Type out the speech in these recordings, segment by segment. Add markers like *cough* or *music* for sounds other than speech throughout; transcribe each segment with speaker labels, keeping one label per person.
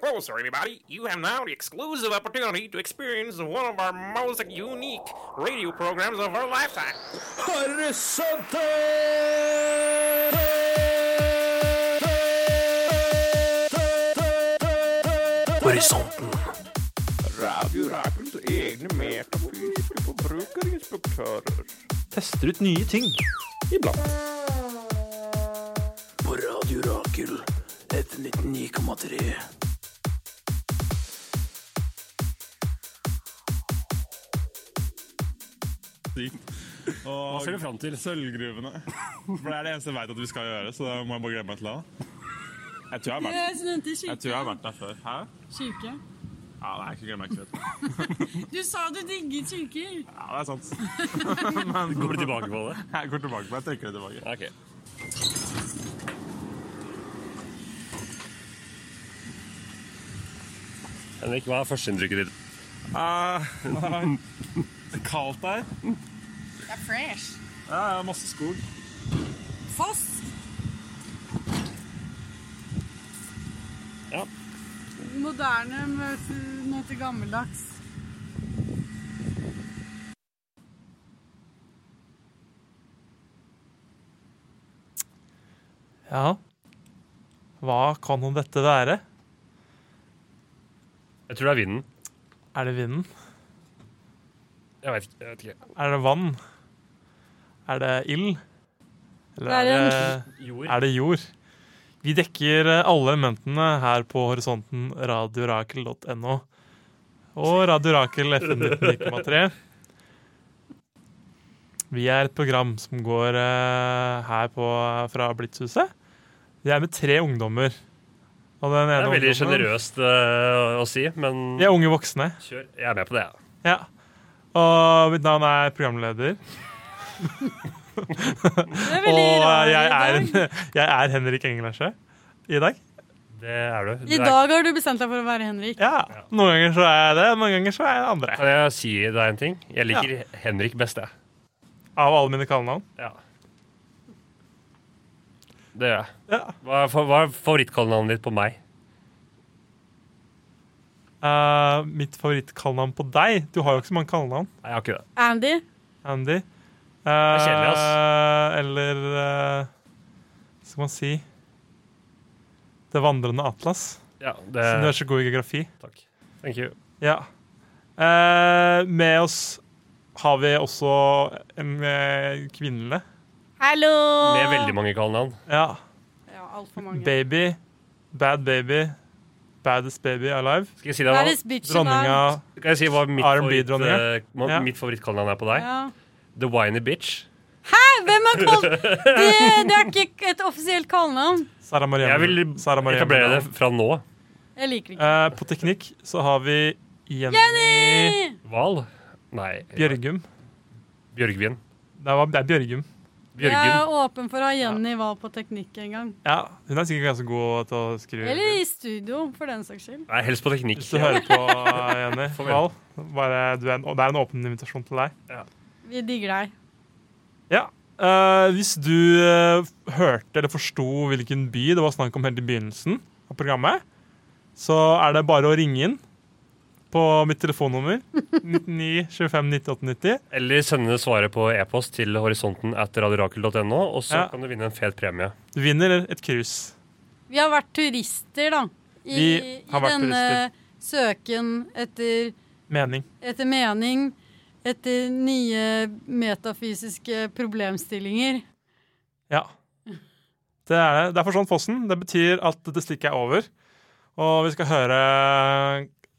Speaker 1: closer, everybody. You have now the exclusive opportunity to experience one of our most unique radio programs of our lifetime.
Speaker 2: Horisonten.
Speaker 3: Tester ut nye ting.
Speaker 2: På Radio Rakel. Etter 99,3.
Speaker 4: Sykt. Hva
Speaker 5: ser du fram til?
Speaker 4: Sølvgruvene. For det er det eneste jeg veit at vi skal gjøre, så da må jeg bare glemme meg til det. Jeg tror jeg har vært,
Speaker 6: Jeg nevnte
Speaker 4: jeg tror jeg har
Speaker 6: kirke.
Speaker 4: vært der før. Hæ?
Speaker 6: kirke.
Speaker 4: Ja, nei, jeg glemmer ikke det.
Speaker 6: Du sa du digget kirker.
Speaker 4: Ja, det er sant.
Speaker 5: Går du tilbake på det?
Speaker 4: Jeg går tilbake på det. Jeg trekker det tilbake.
Speaker 5: Ok. Henrik, hva er førsteinntrykket ditt?
Speaker 4: det er kaldt der.
Speaker 6: Det er fresh.
Speaker 4: Ja, ja, masse skog.
Speaker 6: Foss.
Speaker 5: Ja.
Speaker 6: Moderne møter noe til gammeldags.
Speaker 3: Ja. Hva kan nå dette være?
Speaker 5: Jeg tror det er vinden.
Speaker 3: Er det vinden?
Speaker 5: Jeg vet, ikke- jeg vet ikke.
Speaker 3: Er det vann? Er det ild? Eller
Speaker 6: Det er
Speaker 3: er
Speaker 6: en-
Speaker 3: det
Speaker 5: Jord.
Speaker 3: er det jord. Vi dekker eh, alle elementene her på horisonten radiorakel.no og Radiorakel FN 19,3. Vi er et program som går eh, her på, fra Blitzhuset. Vi er med tre ungdommer. Og den
Speaker 5: Det
Speaker 3: ene
Speaker 5: er veldig
Speaker 3: ungdommen-
Speaker 5: sjenerøst eh, å si, men
Speaker 3: De er unge voksne.
Speaker 5: kjør. Jeg er med på det, jeg.
Speaker 3: Ja. Og mitt navn er programleder.
Speaker 6: Det er
Speaker 3: Og
Speaker 6: veldig rar
Speaker 3: eh,
Speaker 6: i
Speaker 3: jeg er,
Speaker 6: dag.
Speaker 3: *laughs* jeg er Henrik Englersjø i dag.
Speaker 5: Det er du.
Speaker 6: I
Speaker 5: Du er-
Speaker 6: dag har du bestemt deg for å være Henrik.
Speaker 3: Ja. Noen ganger så er jeg det, noen ganger så er jeg det andre.
Speaker 5: Kan jeg si deg en ting? Jeg liker Henrik best, jeg.
Speaker 3: Av alle mine kallenavn?
Speaker 5: Ja. Det gjør jeg.
Speaker 3: Ja.
Speaker 5: Hva er, fa- hva er favorittkallenavnet ditt på meg?
Speaker 3: Eh, mitt favorittkallenavn på deg Du har jo ikke så mange kallenavn,
Speaker 5: Nei, jeg har ikke det.
Speaker 6: Andy.
Speaker 3: Andy. Eh,
Speaker 5: er kjedelig,
Speaker 3: Eller eh, Hva skal man si Det vandrende atlas.
Speaker 5: Ja,
Speaker 3: Siden du
Speaker 5: det
Speaker 3: er så god i geografi.
Speaker 5: Takk. Thank you.
Speaker 3: Ja. Eh, med oss har vi også en eh, kvinne.
Speaker 6: Hallo!
Speaker 5: Med veldig mange kallenavn.
Speaker 3: Ja.
Speaker 6: Ja, altfor mange.
Speaker 3: Baby. Bad baby. Baddest baby alive.
Speaker 5: Skal jeg si deg hva,
Speaker 6: Baddest bitch in
Speaker 3: Dronninga
Speaker 5: kan jeg si hva mitt,
Speaker 3: R&B
Speaker 5: favoritt,
Speaker 3: dronninga.
Speaker 5: eh, hva
Speaker 3: Ja.
Speaker 5: mitt favorittkallenavn er på deg?
Speaker 6: Ja.
Speaker 5: The Whiny Bitch.
Speaker 6: Hæ? Hvem har
Speaker 3: *laughs*
Speaker 6: kalt det? Det er ikke et offisielt kallenavn.
Speaker 3: Sara Maria.
Speaker 5: Jeg vil
Speaker 3: Sara Maria
Speaker 5: etablere det
Speaker 3: Mørland.
Speaker 5: fra nå.
Speaker 6: Jeg liker det ikke.
Speaker 3: Eh, på teknikk så har vi Jenny,
Speaker 5: Hval? Nei.
Speaker 3: Bjørgum.
Speaker 5: Bjørgvin.
Speaker 3: Det, var, det er Bjørgum.
Speaker 6: Jeg
Speaker 5: Bjørgen.
Speaker 6: er åpen for å ha Jenny Wahl på teknikk en gang.
Speaker 3: Ja, hun er sikkert ganske god til å skrive.
Speaker 6: Eller i studio, for den saks skyld.
Speaker 5: Nei, helst på teknikk.
Speaker 3: Hvis du hører på, eh,
Speaker 5: *laughs*
Speaker 3: Jenny,
Speaker 5: Farvel.
Speaker 3: Val, bare, du er en, og det er en åpen invitasjon til deg.
Speaker 6: Vi digger deg.
Speaker 3: Ja. eh, hvis du eh, hørte eller forsto hvilken by det var snakk om helt i begynnelsen av programmet, så er det bare å ringe inn på mitt telefonnummer *laughs* 99 25 98 90.
Speaker 5: Eller sende svaret på e-post til horisonten at radiorakel.no, og så
Speaker 3: Ja.
Speaker 5: kan du vinne en fet premie.
Speaker 3: Du vinner et cruise.
Speaker 6: Vi har vært turister, da. I,
Speaker 3: Vi har
Speaker 6: i
Speaker 3: vært
Speaker 6: denne søken etter,
Speaker 3: Mening.
Speaker 6: etter mening, etter nye metafysiske problemstillinger.
Speaker 3: Ja. Det er det. Det er for sånn fossen. Det betyr at dette stikket er over. Og vi skal høre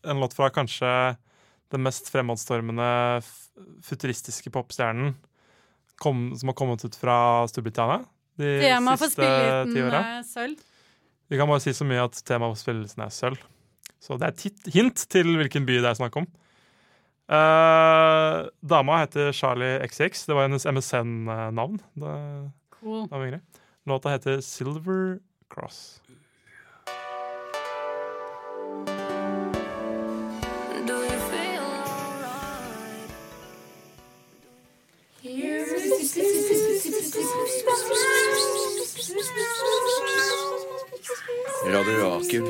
Speaker 3: en låt fra kanskje den mest fremadstormende f- futuristiske popstjernen kom, som har kommet ut fra Storbritannia de
Speaker 6: Temaet for
Speaker 3: siste ti
Speaker 6: spillelisten
Speaker 3: åra.
Speaker 6: er sølv.
Speaker 3: Vi kan bare si så mye at temaet på spillelsen er sølv. Så det er et hit- hint til hvilken by det er snakk om. Eh, dama heter Charlie XX. Det var hennes MSN-navn. eh, Det
Speaker 6: Cool.
Speaker 3: da var vi grei. Låta heter Silver Cross.
Speaker 2: Radio Rakel.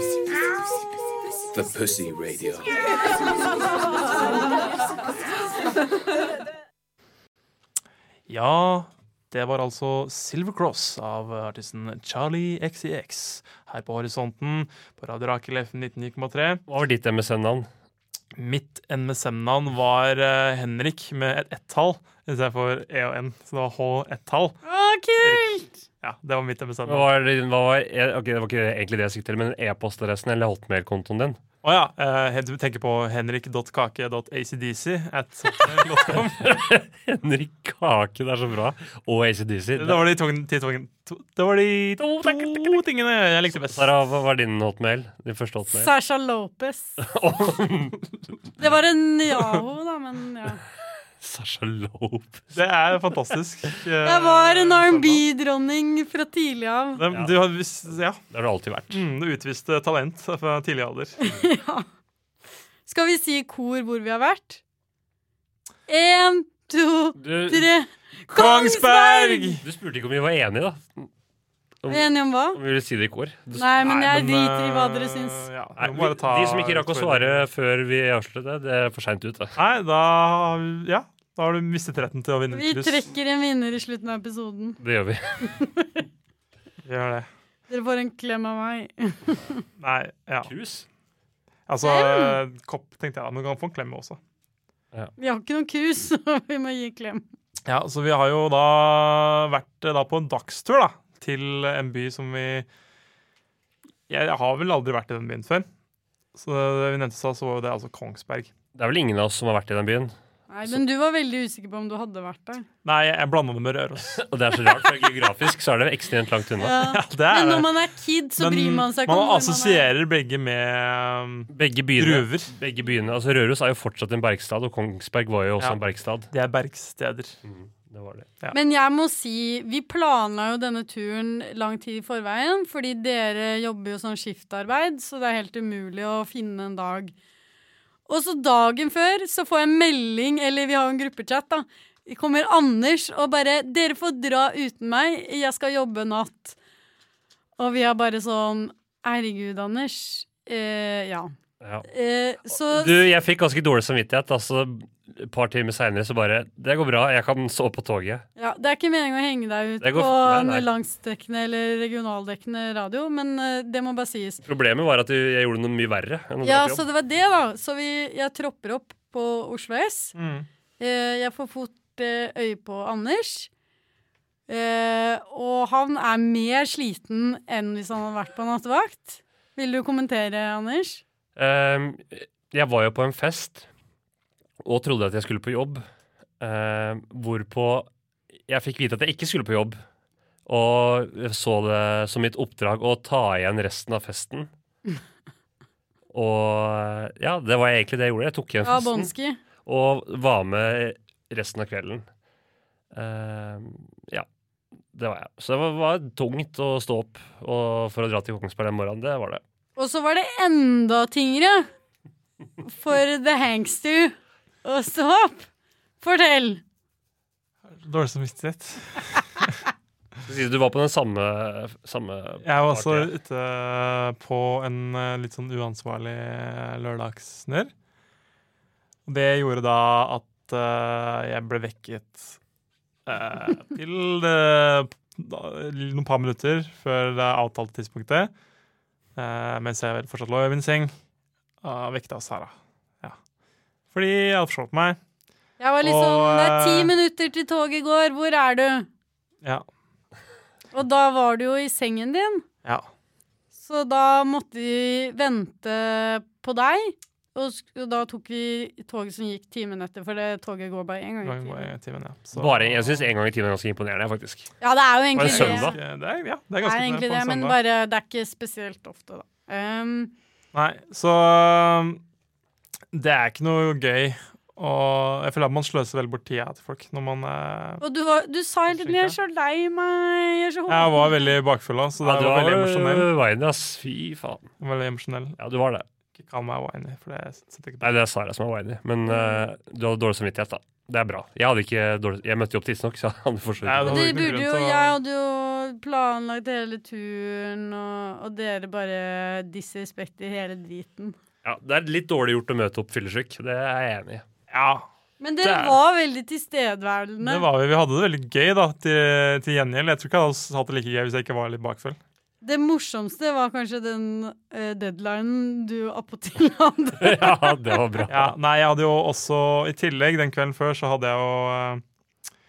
Speaker 2: The Pussy Radio.
Speaker 3: Ja, det var altså Silver Cross av artisten Charlie XEX her på Horisonten på Radio Rakel FM 99,3.
Speaker 5: Hva var ditt MSN-navn?
Speaker 3: Mitt NMSM-navn var eh, Henrik med et ett-tall istedenfor E og N, så det var H-ett-tall.
Speaker 6: Å, kult!
Speaker 3: Ja, det var mitt
Speaker 5: Hva
Speaker 3: MSM-navn.
Speaker 5: var, det- hva var, e- ok, det var ikke egentlig det jeg siktet til, men e-postadressen eller hotmail-kontoen din? *laughs*
Speaker 3: Å ja, eh, du tenker på henrik.kake.acdc at
Speaker 5: *laughs*
Speaker 3: hotmail.com.
Speaker 5: Henrik Kake, det er så bra. Og ACDC.
Speaker 3: Det var de, tungen, ti tungen, to, det var de to,
Speaker 5: To, takk, takk,
Speaker 3: tingene jeg likte best.
Speaker 5: Sara, hva var din hotmail? Din første hotmail?
Speaker 6: Sasha Lopez.
Speaker 3: *laughs*
Speaker 6: Det var en Yahoo, da, men ja.
Speaker 5: Sasha Lope.
Speaker 3: Det er
Speaker 6: *laughs*
Speaker 3: fantastisk. Eh,
Speaker 6: Jeg var en R&B-dronning fra tidlig av.
Speaker 3: Det, du har, vis- ja,
Speaker 5: Det har du alltid vært.
Speaker 3: mm, du utviste talent fra tidlig alder.
Speaker 6: Skal vi si i kor hvor vi har vært? Én, to,
Speaker 5: Du-
Speaker 6: tre
Speaker 3: Kongsberg!
Speaker 5: Du spurte ikke om vi var enige, da.
Speaker 6: Er vi enige om hva?
Speaker 5: Om vi ville si det i kor. Du,
Speaker 6: Nei, men jeg
Speaker 3: men,
Speaker 6: driter i hva dere
Speaker 3: eh,
Speaker 6: syns.
Speaker 3: ja, vi
Speaker 5: Nei,
Speaker 3: må
Speaker 5: vi,
Speaker 3: bare ta-
Speaker 5: de som ikke rakk å svare før vi avsluttet, det er for seint ute.
Speaker 3: Nei, da Ja, da har du mistet retten til å vinne
Speaker 6: Vi
Speaker 3: et kryss.
Speaker 6: trekker en vinner i slutten av episoden.
Speaker 5: Det gjør vi.
Speaker 3: Vi Gjør det.
Speaker 6: Dere får en klem av meg.
Speaker 3: Nei, ja.
Speaker 5: Krus?
Speaker 3: Altså, kopp, tenkte jeg. da, Men du kan få en klem også.
Speaker 6: Vi har ikke noen krus, *laughs* så vi må gi klem.
Speaker 3: Ja, så vi har jo da vært eh, da på en dagstur da, til en by som vi Jeg har vel aldri vært i den byen før. Så det vi nevnte i stad, så var jo det altså Kongsberg.
Speaker 5: Det er vel ingen av oss som har vært i den byen.
Speaker 6: Nei, men du var veldig usikker på om du hadde vært der.
Speaker 3: Nei, jeg blanda det med
Speaker 6: *laughs*
Speaker 3: Røros.
Speaker 5: Og det er så rart, for geografisk så er det ekstremt langt unna.
Speaker 6: Ja.
Speaker 3: Det er
Speaker 6: Men
Speaker 3: det.
Speaker 6: når man er kid, så bryr man seg
Speaker 3: man
Speaker 6: ikke om hvor man er.
Speaker 3: assosierer begge med um,
Speaker 5: Begge byene,
Speaker 3: gruver.
Speaker 5: begge byene altså Røros er jo fortsatt en bergstad, og Kongsberg var jo også
Speaker 3: Ja.
Speaker 5: en bergstad.
Speaker 3: Det er bergsteder.
Speaker 5: Det var det.
Speaker 6: Men jeg må si, vi planla jo denne turen lang tid i forveien, fordi dere jobber jo sånn skiftarbeid, så det er helt umulig å finne en dag. Og så dagen før så får jeg en melding, eller vi har jo en gruppechat, da. Kommer Anders og bare 'Dere får dra uten meg, jeg skal jobbe natt'. Og vi er bare sånn Herregud, Anders. Eh, ja.
Speaker 5: Ja.
Speaker 6: Eh, så
Speaker 5: Du, jeg fikk ganske dårlig samvittighet. Altså, et par timer seinere så bare Det går bra, jeg kan stå på toget.
Speaker 6: Ja, Det er ikke meningen å henge deg ut
Speaker 5: Det går-
Speaker 6: på
Speaker 5: nei,
Speaker 6: en
Speaker 5: nei.
Speaker 6: langsdekkende eller regionaldekkende radio, men eh, det må bare sies.
Speaker 5: Problemet var at jeg gjorde noe mye verre. enn å dra
Speaker 6: Ja,
Speaker 5: på jobb.
Speaker 6: så det var det, da. Så vi, jeg tropper opp på Oslo S.
Speaker 5: Mm.
Speaker 6: Eh, Jeg får fort eh, øye på Anders. Eh, og han er mer sliten enn hvis han hadde vært på nattevakt. Vil du kommentere, Anders?
Speaker 5: Ehm, jeg var jo på en fest og trodde at jeg skulle på jobb, ehm, hvorpå jeg fikk vite at jeg ikke skulle på jobb, og så det som mitt oppdrag å ta igjen resten av *laughs* festen. Og ja, det var egentlig det jeg gjorde. Jeg tok igjen
Speaker 6: Ja,
Speaker 5: festen
Speaker 6: Bonski.
Speaker 5: og var med resten av kvelden. Ehm, ja, det var jeg. Så det var, var tungt å stå opp og, for å dra til Kongsberg den morgenen. Det var det.
Speaker 6: Og så var det enda tyngre for The Hangster å stå opp. Fortell!
Speaker 3: Dårlig samvittighet.
Speaker 5: Skal si Du var på den samme, samme
Speaker 3: Jeg var også
Speaker 5: partiet.
Speaker 3: ute på en eh, litt sånn uansvarlig eh, lørdagssnurr. Og det gjorde da at eh, jeg ble vekket
Speaker 5: *laughs*
Speaker 3: eh, til eh, da, noen par minutter før det avtalte tidspunktet. eh, mens jeg vel fortsatt lå i min seng, og vekta av Sara. Ja. Fordi jeg hadde forstått meg.
Speaker 6: Jeg var liksom
Speaker 3: Og,
Speaker 6: Det er ti
Speaker 3: eh,
Speaker 6: minutter til toget går, hvor er du?
Speaker 3: Ja.
Speaker 6: Og da var du jo i sengen din,
Speaker 3: ja.
Speaker 6: så da måtte vi vente på deg. Og sk- og da tok vi toget som gikk timen etter, for det toget går bare én gang i
Speaker 3: Gang
Speaker 6: timen.
Speaker 3: i timen, ja. Så-
Speaker 5: Bare, jeg syns en gang i timen er ganske imponerende, faktisk.
Speaker 6: Ja, det er jo
Speaker 5: Var det
Speaker 6: egentlig det.
Speaker 5: søndag?
Speaker 3: Det er, ja, det er
Speaker 6: Det
Speaker 3: ganske
Speaker 6: er egentlig
Speaker 3: på en
Speaker 6: det, men
Speaker 3: søndag.
Speaker 6: bare det er ikke spesielt ofte, da. Ehm,
Speaker 3: Nei, så um, det er ikke noe gøy. Og jeg føler at man sløser veldig bort tida til folk når man eh,
Speaker 6: og du, var, du sa hele tiden 'jeg er så lei meg', 'jeg er så
Speaker 3: Jeg
Speaker 6: håpløs'.
Speaker 3: var veldig bakfull, da, så det
Speaker 5: Ja, du
Speaker 3: var
Speaker 5: var
Speaker 3: veldig emosjonell.
Speaker 5: jo veien, ass. Fy faen.
Speaker 3: Veldig emosjonell.
Speaker 5: Ja, du var det.
Speaker 3: Ikke kall meg winy, for det setter jeg ikke
Speaker 5: Nei, det er Sara som er veien. Men eh, du hadde dårlig samvittighet, da. Det er bra. Jeg, hadde ikke dårlig, jeg møtte jo opp tidsnok, så jeg hadde
Speaker 3: Nei,
Speaker 5: forstått
Speaker 3: det
Speaker 5: det.
Speaker 3: var
Speaker 6: Det
Speaker 3: ikke noe
Speaker 6: burde
Speaker 3: grunn
Speaker 6: jo,
Speaker 3: til å-
Speaker 6: jeg hadde jo planlagt hele turen, og, og dere bare disrespekter hele driten.
Speaker 5: Ja, det er litt dårlig gjort å møte opp fyllesyk. Det er jeg enig i. *laughs*
Speaker 3: Ja,
Speaker 6: Men dere
Speaker 3: Der.
Speaker 6: var veldig tilstedeværende.
Speaker 3: det var vi. Vi hadde det veldig gøy, da, til, til gjengjeld. Jeg tror ikke jeg hadde hatt det like gøy hvis jeg ikke var litt bakfull.
Speaker 6: Det morsomste var kanskje den eh, deadlinen du appåtil
Speaker 3: *laughs*
Speaker 6: hadde.
Speaker 5: Ja, det var bra.
Speaker 3: Ja, nei, jeg hadde jo også I tillegg, den kvelden før, så hadde jeg jo eh,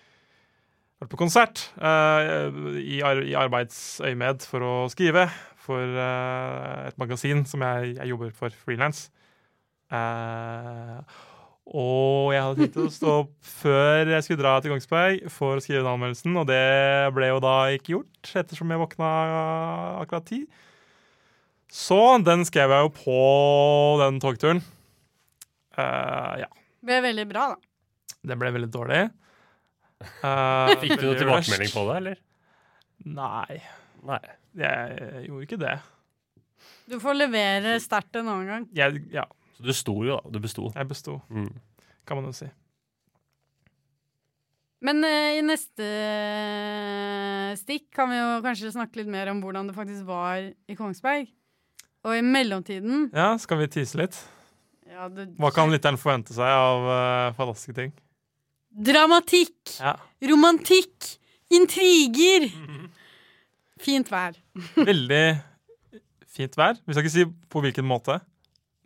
Speaker 3: vært på konsert eh, i, ar i arbeidsøyemed for å skrive for eh, et magasin som jeg, jeg jobber for frilans. og jeg hadde tenkt å stå opp før jeg skulle dra til Kongsberg for å skrive den anmeldelsen, og det ble jo da ikke gjort, ettersom jeg våkna akkurat ti. Så den skrev jeg jo på den togturen. Eh, ja.
Speaker 6: Det ble veldig bra, da.
Speaker 3: Det ble veldig dårlig. Eh,
Speaker 5: *laughs* Fikk du noen tilbakemelding på det, eller?
Speaker 3: Nei,
Speaker 5: Nei.
Speaker 3: jeg gjorde ikke det.
Speaker 6: Du får levere sterkt en annen gang.
Speaker 3: Jeg, ja,
Speaker 5: Så du sto jo, da. Du besto.
Speaker 3: jeg besto,
Speaker 5: Mm.
Speaker 3: kan man jo si.
Speaker 6: Men eh, i neste eh, stikk kan vi jo kanskje snakke litt mer om hvordan det faktisk var i Kongsberg. Og i mellomtiden
Speaker 3: Ja, Skal vi tise litt?
Speaker 6: ja, det,
Speaker 3: Hva kan lytteren forvente seg av eh, fantastiske ting?
Speaker 6: Dramatikk!
Speaker 3: Ja.
Speaker 6: Romantikk! Intriger!
Speaker 3: Mhm.
Speaker 6: Fint vær.
Speaker 3: *laughs* Veldig fint vær. Vi skal ikke si på hvilken måte,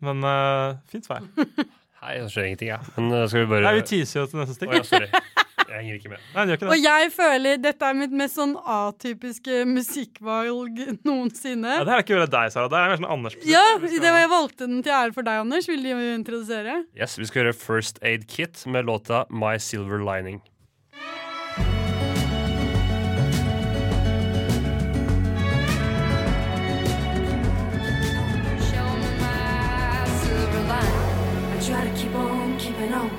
Speaker 3: men eh, fint
Speaker 5: *laughs*
Speaker 3: vær.
Speaker 5: Nei, det skjer ingenting, jeg. Men eh, skal vi bare
Speaker 3: Nei, Vi teaser jo til
Speaker 5: Å,
Speaker 3: neste stikk.
Speaker 5: ja, sorry. Jeg henger ikke med.
Speaker 3: Nei, det gjør ikke
Speaker 6: Og
Speaker 3: det.
Speaker 6: jeg føler dette er mitt mest sånn atypiske musikkvalg noensinne.
Speaker 3: Ja, det her er ikke veldig deg, Sara. Det her er mer sånn Anders.
Speaker 6: Ja, det var jeg valgte den til ære for deg, Anders. Vil du introdusere?
Speaker 5: Yes, Vi skal høre First Aid Kit med låta My Silver Lining.
Speaker 7: Show me my silver lining. I try to keep on keeping on.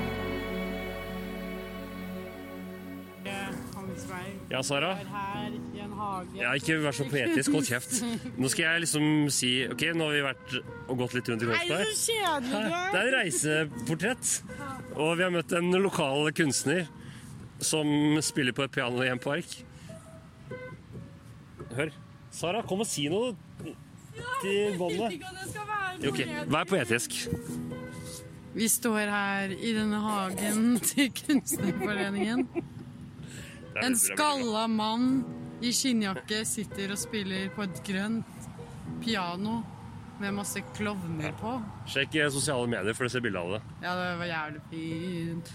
Speaker 5: Ja, Sara?
Speaker 6: Her i en hage.
Speaker 5: Ja, ikke vær så poetisk. Hold kjeft. Nå skal jeg liksom si OK, nå har vi vært og gått litt rundt i Kongsberg.
Speaker 6: kjedelig
Speaker 5: Det er reiseportrett. Og vi har møtt en lokal kunstner som spiller på et piano i en park. Hør. Sara, kom og si noe til båndet. Ok, Vær poetisk.
Speaker 6: Vi står her i denne hagen *laughs* til Kunstnerforeningen.
Speaker 5: Det er
Speaker 6: En
Speaker 5: veldig bra.
Speaker 6: skalla mann i skinnjakke sitter og spiller på et grønt piano med masse klovner på.
Speaker 5: Sjekk eh, sosiale medier for å se bilde av det.
Speaker 6: Ja, det var jævlig fint.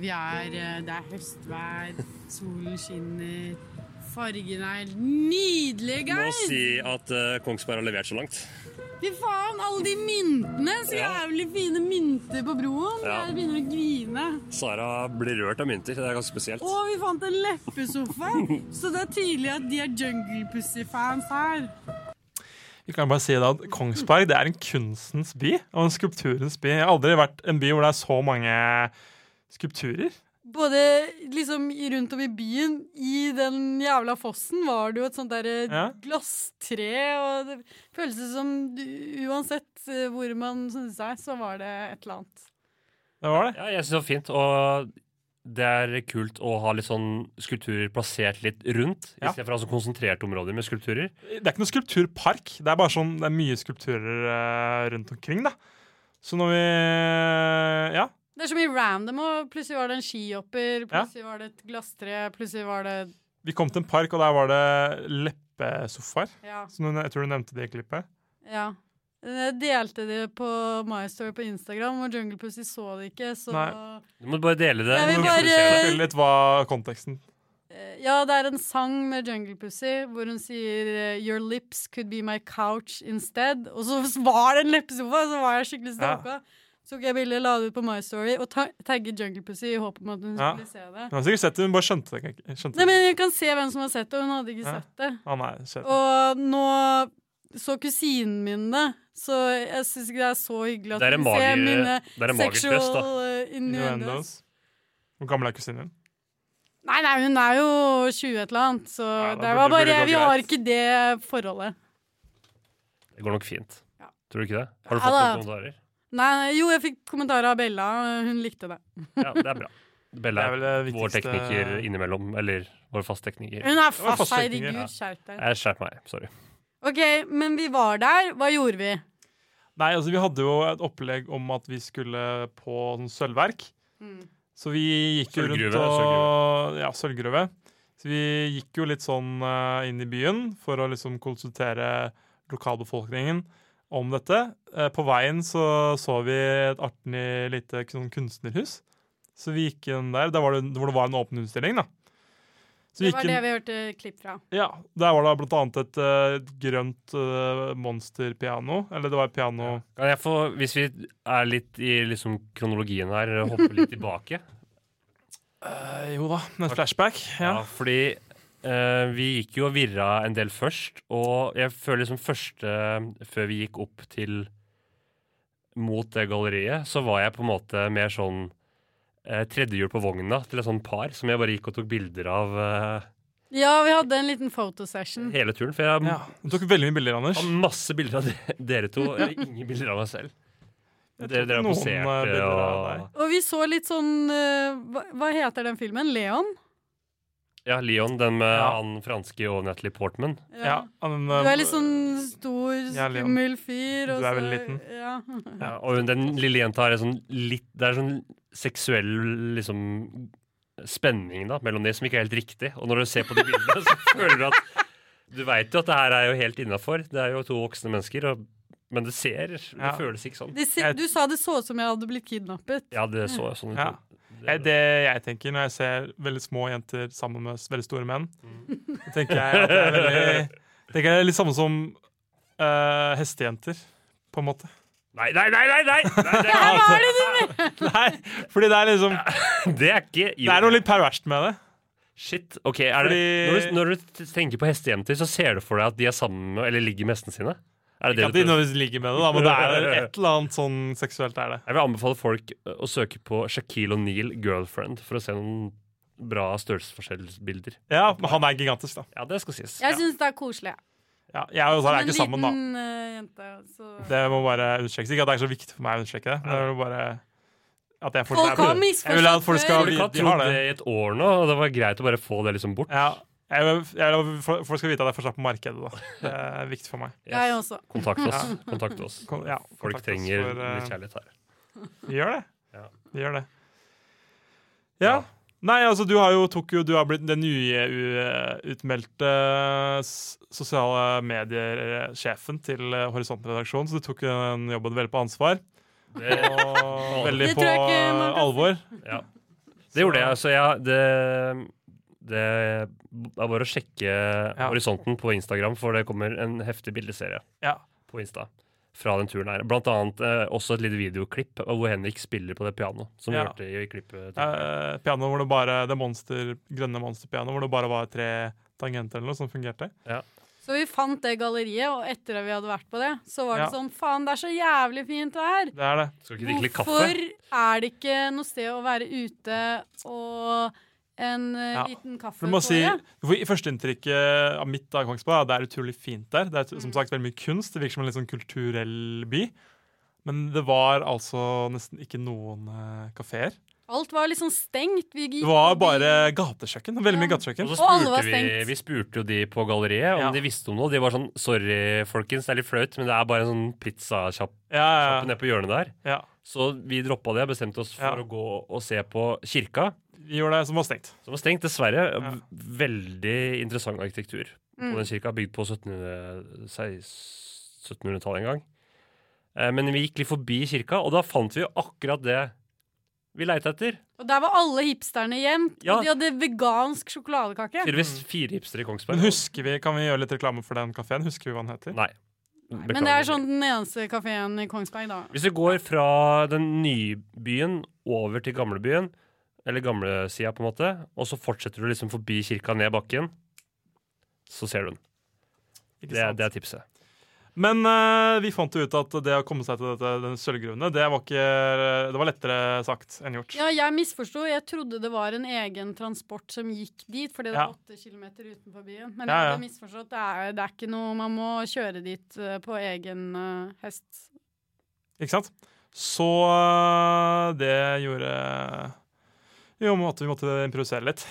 Speaker 6: Vi er eh, Det er høstvær, solen skinner, fargene er helt nydelige,
Speaker 5: Må
Speaker 6: guys!
Speaker 5: si at eh, Kongsberg har levert så langt.
Speaker 6: Fy faen, alle de myntene! Så
Speaker 5: Ja.
Speaker 6: jævlig fine mynter på broen.
Speaker 5: Ja.
Speaker 6: Jeg begynner å grine.
Speaker 5: Sara blir rørt av mynter. Det er ganske spesielt.
Speaker 6: Og vi fant en leppesofa, så det er tydelig at de er Jungle Pussy-fans her.
Speaker 3: Vi kan bare si da at Kongsberg det er en kunstens by og en skulpturens by. Jeg har aldri vært en by hvor det er så mange skulpturer.
Speaker 6: Både liksom i- rundt om i byen, i den jævla fossen, var det jo et sånt derre
Speaker 3: Ja.
Speaker 6: glasstre, og det føles det som du- Uansett eh, hvor man snudde seg, så var det et eller annet.
Speaker 3: Det var det.
Speaker 5: Ja, jeg syns det var fint. Og det er kult å ha litt sånn skulpturer plassert litt rundt,
Speaker 3: Ja.
Speaker 5: istedenfor å ha sånn konsentrerte områder med skulpturer.
Speaker 3: Det er ikke noen skulpturpark. Det er bare sånn, det er mye skulpturer eh, rundt omkring, da. Så når vi Ja.
Speaker 6: Det er så mye random, og plutselig var det en skihopper, plutselig var det et glasstre, plutselig var det
Speaker 3: Vi kom til en park, og der var det leppesofaer.
Speaker 6: Ja.
Speaker 3: Som du, jeg tror du nevnte det i klippet.
Speaker 6: ja. Jeg delte det på My Story på Instagram, og Jungle Pussy så det ikke, så
Speaker 3: Nei.
Speaker 5: Du må bare dele det.
Speaker 6: Jeg
Speaker 5: når
Speaker 6: vil
Speaker 5: du publiserer
Speaker 6: bare-
Speaker 5: det.
Speaker 3: Fortell litt hva konteksten
Speaker 6: Eh, Ja, det er en sang med Jungle Pussy hvor hun sier eh, 'Your lips could be my couch instead', og så *laughs* var det en leppesofa, så var jeg skikkelig
Speaker 3: Ja.
Speaker 6: stalka. Så tok jeg bilde, la det ut på My Story, og ta tagget Jungle Pussy i håp om at hun
Speaker 3: Ja.
Speaker 6: skulle se det.
Speaker 3: Hun har sikkert sett det, hun bare skjønte det ikke. Skjønte
Speaker 6: Nei,
Speaker 3: det.
Speaker 6: men jeg kan se hvem som har sett det, og hun hadde ikke
Speaker 3: Ja.
Speaker 6: sett det.
Speaker 3: Ah, nei, skjønte.
Speaker 6: Og nå så kusinen min det, så jeg syns ikke det er så hyggelig at
Speaker 5: Det er en
Speaker 6: hun ser
Speaker 5: mager-
Speaker 6: mine
Speaker 5: det er en mager
Speaker 6: sexual
Speaker 5: fest, da.
Speaker 6: eh, innuendos.
Speaker 3: Innuendos. Hvor gammel er kusinen din?
Speaker 6: Nei, nei, hun er jo 20 et eller annet, så
Speaker 3: Ja, da
Speaker 6: det
Speaker 3: burde-
Speaker 6: var
Speaker 3: burde
Speaker 6: bare
Speaker 3: det gå
Speaker 6: Vi har
Speaker 3: greit.
Speaker 6: ikke det forholdet.
Speaker 5: Det går nok fint.
Speaker 6: Ja.
Speaker 5: Tror du ikke det? Har du
Speaker 6: Ja,
Speaker 5: fått
Speaker 6: da.
Speaker 5: noen kommentarer?
Speaker 6: Nei, nei, jo, jeg fikk kommentarer av Bella, hun likte det.
Speaker 5: Ja, det er
Speaker 6: *laughs*
Speaker 5: bra. Bella
Speaker 3: Det er
Speaker 5: er,
Speaker 3: vel det
Speaker 5: vår
Speaker 3: viktigste-
Speaker 5: tekniker innimellom. Eller vår fasttekniker.
Speaker 6: Hun er
Speaker 3: var
Speaker 6: fast,
Speaker 3: fastsetninger,
Speaker 6: herregud,
Speaker 3: ja.
Speaker 6: skjerp deg.
Speaker 5: Jeg skjerp meg. Sorry.
Speaker 6: OK, men vi var der. Hva gjorde vi?
Speaker 3: Nei, altså vi hadde jo et opplegg om at vi skulle på sånn sølvverk.
Speaker 6: Mm.
Speaker 3: Så vi gikk jo rundt
Speaker 5: Sølvgruve,
Speaker 3: og Ja, sølvgruve. Så vi gikk jo litt sånn eh, inn i byen for å liksom konsultere lokalbefolkningen om dette. Eh, på veien så så vi et artig lite sånn kunstnerhus. Så vi gikk inn der, der var det, hvor det var en åpen utstilling, da. Så
Speaker 6: Det
Speaker 3: vi gikk
Speaker 6: var
Speaker 3: inn-
Speaker 6: det vi hørte klipp fra.
Speaker 3: ja, Der var det blant annet et eh, grønt eh, monsterpiano. Eller det var et piano
Speaker 5: Kan jeg få, hvis vi er litt i liksom kronologien her, hoppe
Speaker 6: *laughs*
Speaker 5: litt tilbake?
Speaker 3: Eh, Jo da, med et flashback. Ja.
Speaker 5: Ja, fordi eh, vi gikk jo og virra en del først, og jeg føler liksom første Før vi gikk opp til mot det galleriet, så var jeg på en måte mer sånn eh, tredjehjul på vogna til et sånt par som jeg bare gikk og tok bilder av eh,
Speaker 6: Ja, vi hadde en liten photosession.
Speaker 5: hele turen. For jeg
Speaker 3: Mm. Ja. Du tok veldig mye bilder, Anders.
Speaker 5: har masse bilder av de- dere to, eller ingen bilder av meg selv. Dere,
Speaker 3: tok
Speaker 5: dere har
Speaker 3: noen,
Speaker 5: posert
Speaker 3: eh, bilder av
Speaker 5: og
Speaker 3: deg.
Speaker 6: Og vi så litt sånn eh, hva, hva heter den filmen? Leon?
Speaker 5: Ja, Leon, den med
Speaker 3: Ja.
Speaker 5: han franske og Natalie Portman.
Speaker 3: Ja, han, eh,
Speaker 6: Du er litt sånn stor,
Speaker 3: Ja, Leon.
Speaker 6: skummel fyr. og
Speaker 3: Du er
Speaker 6: så-
Speaker 3: veldig liten.
Speaker 6: Ja.
Speaker 5: Ja, og hun- den lille jenta er en sånn litt Det er sånn seksuell liksom spenning da, mellom de som ikke er helt riktig. Og når du ser på de bildene, så *laughs* føler du at Du veit jo at det her er jo helt innafor. Det er jo to voksne mennesker, og, men det ser Det
Speaker 3: Ja.
Speaker 5: føles ikke sånn.
Speaker 6: Det ser, du sa det så ut som jeg hadde blitt kidnappet.
Speaker 5: Ja, det så sånn ut.
Speaker 3: Ja. Eh, Det jeg tenker når jeg ser veldig små jenter sammen med s- veldig store menn,
Speaker 6: Mm.
Speaker 3: så tenker jeg at det er veldig
Speaker 6: *laughs*
Speaker 3: tenker jeg det er litt samme som eh, hestejenter, på en
Speaker 6: *laughs*
Speaker 3: måte.
Speaker 5: Nei, nei, nei! nei, nei, nei det, er,
Speaker 6: Hva er det du mener?
Speaker 3: Nei, fordi det er liksom
Speaker 5: det er ikke
Speaker 3: Det er noe litt perverst med det.
Speaker 5: Shit. ok, er det, når,
Speaker 3: Fordi-
Speaker 5: du, når du tenker på hestejenter, så ser du for deg at de er sammen med eller ligger med hestene sine? Er
Speaker 3: Ikke
Speaker 5: det det
Speaker 3: at de
Speaker 5: du tror?
Speaker 3: nødvendigvis ligger med det, da, men det
Speaker 6: *laughs*
Speaker 3: er et eller annet sånn seksuelt er det.
Speaker 5: Jeg vil anbefale folk ø, å søke på Shaquille O'Neal girlfriend for å se noen bra størrelsesforskjellsbilder.
Speaker 3: Ja, men han er gigantisk, da.
Speaker 5: Ja, det skal sies.
Speaker 6: Jeg syns det er koselig. jeg.
Speaker 3: Ja, jeg og Sara
Speaker 6: Som en
Speaker 3: er ikke sammen, da.
Speaker 6: liten, eh, jente, så-
Speaker 3: Det må bare understrekes. Ikke at det er så viktig for meg å understreke det. men det er jo bare at jeg
Speaker 6: Folk har
Speaker 3: jeg, vil at folk
Speaker 6: misforstått
Speaker 3: skal
Speaker 5: Folk
Speaker 3: vite
Speaker 5: har
Speaker 3: de har
Speaker 5: trodd det
Speaker 3: det.
Speaker 5: i et år nå, og det var greit å bare få det liksom bort.
Speaker 3: Ja, jeg vil, jeg vil at folk skal vite at jeg fortsatt er på markedet. Da. Det er viktig for meg.
Speaker 6: Jeg også.
Speaker 5: Kontakt oss. Kontakt oss.
Speaker 3: Kon- ja,
Speaker 5: Folk
Speaker 3: kontakt oss
Speaker 5: trenger
Speaker 3: for, eh,
Speaker 5: litt kjærlighet her.
Speaker 3: Vi gjør det.
Speaker 5: Ja.
Speaker 3: Vi gjør det. Ja. Nei, altså du har jo tok jo Du har blitt den nye u- utmeldte s- sosiale medier-sjefen til eh, Horisont redaksjon, så du tok jo den jobben veldig på ansvar.
Speaker 5: Det, *laughs*
Speaker 3: Og veldig
Speaker 6: Det
Speaker 3: på
Speaker 6: tror jeg ikke man kan si.
Speaker 3: alvor.
Speaker 5: ja. det gjorde jeg. Så jeg det, det er bare å sjekke horisonten på Instagram, for det kommer en heftig bildeserie
Speaker 3: Ja.
Speaker 5: på Insta fra den turen her. Blant annet eh, også et lite videoklipp av hvor Henrik spiller på det pianoet, som vi
Speaker 3: Ja.
Speaker 5: hørte i klippet.
Speaker 3: Eh, piano hvor det bare Det monster, grønne monsterpianoet hvor det bare var tre tangenter eller noe som fungerte.
Speaker 6: Så vi fant det galleriet, og etter at vi hadde vært på det, så var det
Speaker 3: Ja.
Speaker 6: sånn Faen, det er så jævlig fint det her!
Speaker 3: Det er det.
Speaker 5: Skal ikke drikke litt kaffe?
Speaker 6: Hvorfor er det ikke noe sted å være ute og en eh,
Speaker 3: Ja.
Speaker 6: liten kaffe
Speaker 3: For du må
Speaker 6: på
Speaker 3: si,
Speaker 6: det?
Speaker 3: for i Førsteinntrykket av mitt av Kongsberg er at det er utrolig fint der. Det er
Speaker 6: Mm.
Speaker 3: som sagt veldig mye kunst. Det virker som en litt sånn kulturell by. Men det var altså nesten ikke noen uh, kafeer.
Speaker 6: Alt var liksom stengt. Vi gikk
Speaker 3: Det var
Speaker 6: forbi-
Speaker 3: bare gatekjøkken. Veldig mye
Speaker 6: Ja.
Speaker 5: Og
Speaker 3: gatekjøkken.
Speaker 5: så
Speaker 6: Og alle
Speaker 5: spurte
Speaker 6: var
Speaker 5: vi,
Speaker 6: stengt.
Speaker 5: vi spurte jo de på galleriet om
Speaker 3: Ja.
Speaker 5: de visste om noe. De var sånn Sorry, folkens, det er litt flaut, men det er bare en sånn pizzasjappe
Speaker 3: Ja, ja,
Speaker 5: nede på hjørnet der.
Speaker 3: ja.
Speaker 5: Så vi droppa det og bestemte oss for
Speaker 3: Ja.
Speaker 5: å gå og se på kirka,
Speaker 3: Vi gjorde det som var stengt.
Speaker 5: som var stengt, dessverre.
Speaker 3: Ja.
Speaker 5: Veldig interessant arkitektur på
Speaker 6: Mm.
Speaker 5: den kirka, bygd på 1700 16- 1700-tallet en gang. Eh, Men vi gikk litt forbi kirka, og da fant vi jo akkurat det vi leita etter.
Speaker 6: Og der var alle hipsterne gjemt.
Speaker 5: Ja.
Speaker 6: Og de hadde vegansk sjokoladekake.
Speaker 5: Tydeligvis fire hipstere i
Speaker 3: Men *laughs*
Speaker 5: Kongsberg.
Speaker 3: husker vi, Kan vi gjøre litt reklame for den kafeen? Husker vi hva den heter?
Speaker 5: Nei.
Speaker 6: Men det er sånn den eneste kafeen i Kongsberg, da.
Speaker 5: Hvis du går fra den nye byen over til gamlebyen, eller gamlesida, på en måte, og så fortsetter du liksom forbi kirka ned bakken, så ser du den.
Speaker 3: Ikke
Speaker 5: Det, er-
Speaker 3: sant?
Speaker 5: det er tipset.
Speaker 3: Men eh, vi fant jo ut at det å komme seg til dette, den sølvgruvene, det var ikke Det var lettere sagt enn gjort.
Speaker 6: Ja, jeg misforsto. Jeg trodde det var en egen transport som gikk dit, fordi det
Speaker 3: Ja.
Speaker 6: var åtte kilometer utenfor byen. Men
Speaker 3: Ja,
Speaker 6: jeg
Speaker 3: ja.
Speaker 6: hadde misforstått. Det er, det er ikke noe man må kjøre dit eh, på egen eh, hest.
Speaker 3: Ikke sant? Så eh, øh, det gjorde Jo, at vi måtte improvisere litt.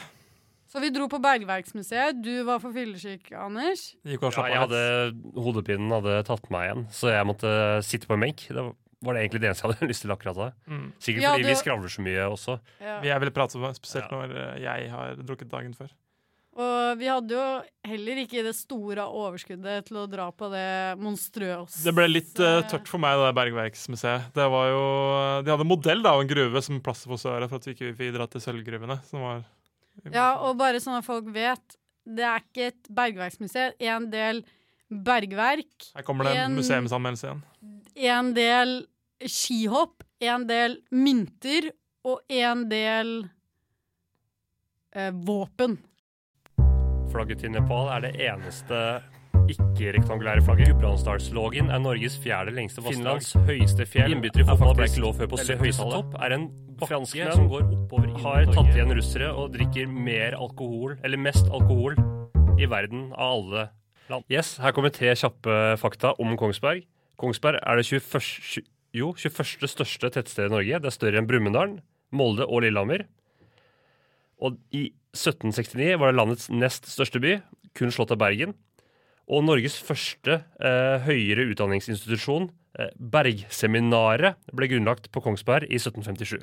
Speaker 6: Så vi dro på Bergverksmuseet. Du var for fyllesyk, Anders.
Speaker 3: Gikk og
Speaker 5: Ja,
Speaker 3: slappet
Speaker 5: jeg
Speaker 3: av litt.
Speaker 5: hadde, hodepinen hadde tatt meg igjen, så jeg måtte sitte på en benk. Det var- var det egentlig det eneste jeg hadde *laughs* lyst til akkurat da.
Speaker 3: Mm.
Speaker 5: Sikkert
Speaker 6: Ja,
Speaker 5: fordi
Speaker 6: du-
Speaker 5: vi skravler så mye også.
Speaker 6: Ja.
Speaker 3: Jeg ville prate om det, spesielt når eh, jeg har drukket dagen før.
Speaker 6: Og vi hadde jo heller ikke det store overskuddet til å dra på det monstrøse
Speaker 3: Det ble litt eh, tørt for meg, det der bergverksmuseet. Det var jo, de hadde en modell da, av en gruve som plastposøret for at vi ikke fikk dra til sølvgruvene. Som var
Speaker 6: Ja, og bare sånn at folk vet, det er ikke et bergverksmuseum. En del bergverk,
Speaker 3: Her kommer det
Speaker 6: En-
Speaker 3: en museumsanmeldelse igjen.
Speaker 6: en del skihopp, en del mynter og en del eh, våpen.
Speaker 5: Flagget til Nepal er det eneste ikke-rektangulære flagget. Gudbrandsdalslågen er Norges fjerde lengste vassdrag. Finlands høyeste fjell. Innbyttere i fotball ble ikke lov før på 70-tallet. Er en franskmenn som går oppover har tatt igjen russere og drikker mer alkohol, eller mest alkohol, i verden av alle land. Yes, her kommer tre kjappe fakta om Kongsberg. Kongsberg er det 21, tju- jo, 21. største tettstedet i Norge. Det er større enn Brumunddal, Molde og Lillehammer. Og i 1769 var det landets nest største by, kun slått av Bergen. Og Norges første eh, høyere utdanningsinstitusjon, eh, Bergseminaret, ble grunnlagt på Kongsberg i 1757.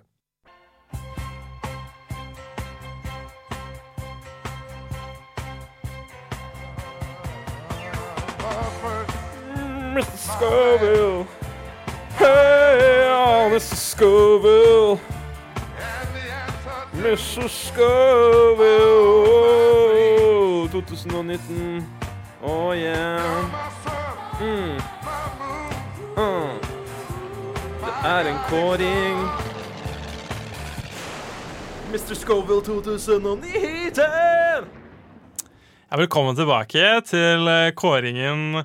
Speaker 3: Mr. Scoville. Hey, oh, Mr. Scoville. Mr. Scoville. 2019. Oh yeah. Mm. Mm. Det er en kåring.
Speaker 2: Mr. Scoville 2019!
Speaker 3: Ja, velkommen tilbake til eh, kåringen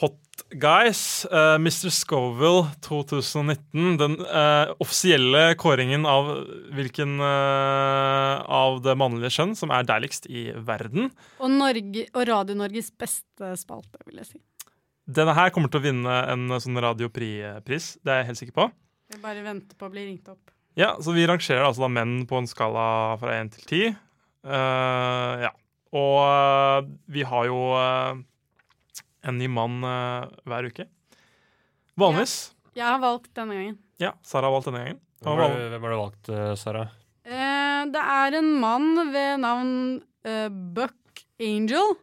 Speaker 3: Hot Guys. eh, Mr. Scoville 2019. Den eh, offisielle kåringen av hvilken eh, av det mannlige kjønn som er deiligst i verden.
Speaker 6: Og, Norge, og Radio-Norges beste spalte, vil jeg si.
Speaker 3: Denne her kommer til å vinne en eh, sånn Radio Prix-pris, det er jeg helt sikker på.
Speaker 6: Jeg bare venter på å bli ringt opp.
Speaker 3: Ja, så vi rangerer altså da menn på en skala fra 1 til 10. Eh, ja. Og eh, vi har jo eh, en ny mann eh, hver uke. Vanligvis.
Speaker 6: Jeg har valgt denne gangen.
Speaker 3: Ja. Sara har valgt denne gangen. Og
Speaker 5: Hvem har
Speaker 3: vanlig-
Speaker 5: du- hvem har du valgt, eh, Sara?
Speaker 6: Eh, det er en mann ved navn eh, Buck Angel.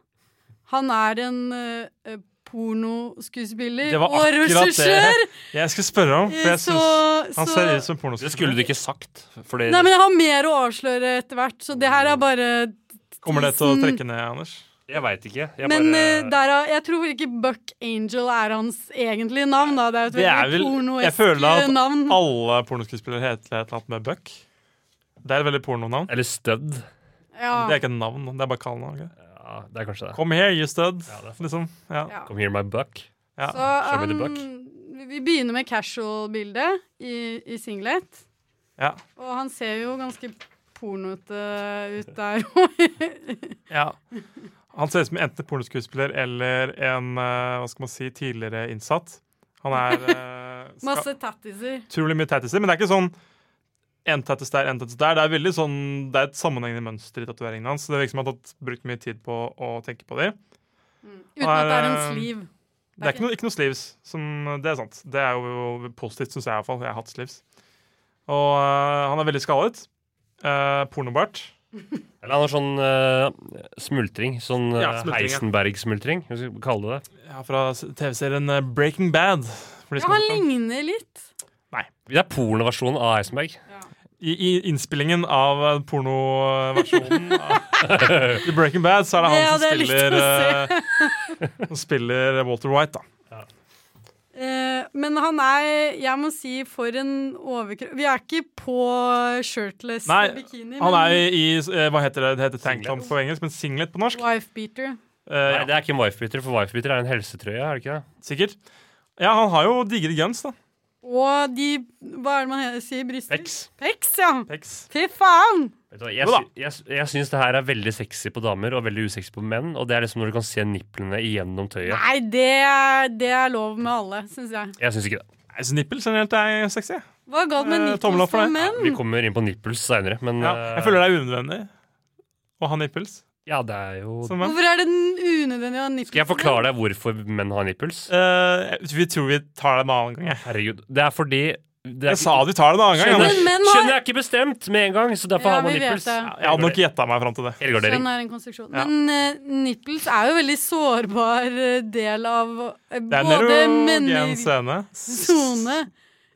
Speaker 6: Han er en eh, eh, pornoskuespiller
Speaker 3: Det var
Speaker 6: og
Speaker 3: akkurat det.
Speaker 6: regissør.
Speaker 3: Jeg skulle spørre om, for jeg
Speaker 6: Så,
Speaker 3: synes han
Speaker 6: så
Speaker 3: ser ut som
Speaker 5: Det skulle
Speaker 3: pornoskuespiller.
Speaker 5: du ikke sagt. Fordi
Speaker 6: Nei, men jeg har mer å avsløre etter hvert, så det her er bare
Speaker 3: Kommer det til å
Speaker 6: Tusen-
Speaker 3: trekke ned, Anders?
Speaker 5: jeg veit ikke. Jeg
Speaker 6: Men eh,
Speaker 5: bare,
Speaker 6: derav- jeg tror ikke Buck Angel er hans egentlige navn, da. Det er jo et
Speaker 3: Det er
Speaker 6: veldig
Speaker 3: vel- jeg
Speaker 6: pornoesk eh,
Speaker 3: føler at
Speaker 6: navn.
Speaker 3: Alle pornoskuespillere heter et eller annet med Buck. Det er et veldig pornonavn.
Speaker 5: eller Stud.
Speaker 3: Det
Speaker 6: Ja.
Speaker 3: er ikke et navn, det er bare kallenavn. ikke?
Speaker 5: Ja, det er kanskje det.
Speaker 3: Come here, you stud.
Speaker 5: Ja, det er sant.
Speaker 3: Liksom. Ja.
Speaker 6: Ja.
Speaker 5: Come here, my buck.
Speaker 3: Ja.
Speaker 6: Så
Speaker 5: Show me the
Speaker 6: han
Speaker 5: Buck.
Speaker 6: vi- Vi begynner med casual-bildet i, i singlet.
Speaker 3: Ja.
Speaker 6: Og han ser jo ganske pornoete ut der *laughs* òg.
Speaker 3: Ja. Han ser ut som enten en pornoskuespiller eller en eh, hva skal man si, tidligere innsatt. Han er eh, ska-
Speaker 6: Masse tattiser.
Speaker 3: utrolig mye tattiser, men det er ikke sånn en tattis der, en tattis der. Det er veldig sånn, det er et sammenhengende mønster i tatoveringene hans. så Det virker som han har tatt, brukt mye tid på å tenke på dem.
Speaker 6: Uten at det er en
Speaker 3: Er, eh,
Speaker 6: sliv.
Speaker 3: Det er ikke noe, ikke noe sleeves. Som, det er sant. Det er jo positivt, syns jeg iallfall. Jeg har hatt sleeves. Og eh, han er veldig skallet. Eh, pornobart.
Speaker 5: Eller han har sånn eh, smultring. Sånn eh,
Speaker 3: Ja, smultring, ja.
Speaker 5: Heisenberg-smultring, hva skal vi kalle det.
Speaker 3: Ja, fra s- TV-serien eh, Breaking Bad. for de
Speaker 6: Ja,
Speaker 3: som
Speaker 6: han
Speaker 3: vet om.
Speaker 6: ligner litt.
Speaker 5: Det er pornoversjonen av Heisenberg.
Speaker 3: I, I innspillingen av eh, pornoversjonen av *laughs* The Breaking Bad, så er det han
Speaker 6: Det
Speaker 3: som
Speaker 6: hadde jeg
Speaker 3: spiller,
Speaker 6: lyst
Speaker 3: eh, som spiller Walter White, da.
Speaker 6: Eh, men han er, jeg må si, for en overkropp Vi er ikke på shirtless
Speaker 3: Nei,
Speaker 6: og bikini,
Speaker 3: Han er
Speaker 6: men
Speaker 3: i, i eh, hva heter det, det heter tanktop på engelsk, men singlet på norsk.
Speaker 6: wife beater.
Speaker 3: Eh,
Speaker 5: Nei,
Speaker 3: ja,
Speaker 5: det er ikke en wifebeater, for wifebeater er en helsetrøye, er det ikke det?
Speaker 3: sikkert. Ja, han har jo digre guns, da.
Speaker 6: Og de Hva er det man he- sier? Bryster?
Speaker 5: Pecs.
Speaker 6: Pecs, ja.
Speaker 3: Pecs.
Speaker 6: Fy faen!
Speaker 5: Vet du hva, Jeg,
Speaker 3: Jo da.
Speaker 5: sy- jeg, sy- jeg syns det her er veldig sexy på damer og veldig usexy på menn. Og det er liksom når du kan se niplene igjennom tøyet.
Speaker 6: Nei, det, er- det er lov med alle, syns jeg.
Speaker 5: Jeg syns ikke det.
Speaker 3: Jeg synes nippel generelt er sexy.
Speaker 6: Hva er galt med
Speaker 3: Eh, tommel opp
Speaker 6: nipples
Speaker 3: for
Speaker 6: for
Speaker 3: det.
Speaker 5: Ja,
Speaker 6: menn?
Speaker 5: vi kommer inn på nipples seinere, men
Speaker 3: Ja,
Speaker 5: eh,
Speaker 3: jeg føler det er unødvendig. og ha nipples.
Speaker 5: Ja, det er jo
Speaker 3: Som menn.
Speaker 6: Hvorfor er det den unødvendige å ha nipples?
Speaker 5: Skal jeg forklare deg hvorfor menn har nipples?
Speaker 3: Eh, vi tror vi tar det en annen gang. Jeg,
Speaker 5: Herregud. Det er fordi det er
Speaker 3: jeg sa vi tar det en annen gang.
Speaker 5: Skjønner,
Speaker 3: Anders.
Speaker 6: Men menn har-
Speaker 5: skjønner jeg er ikke bestemt med en gang, så derfor
Speaker 6: Ja,
Speaker 5: har man
Speaker 6: vi vet
Speaker 5: nipples.
Speaker 6: det.
Speaker 5: Ja,
Speaker 3: Jeg hadde nok gjetta meg fram til det.
Speaker 5: Helgardering.
Speaker 6: Sånn er en konstruksjon.
Speaker 3: Ja.
Speaker 6: Men eh, nipples er jo veldig sårbar eh, del av eh,
Speaker 3: Det er
Speaker 6: både
Speaker 3: en
Speaker 6: menn i
Speaker 3: erogen scene.
Speaker 6: sone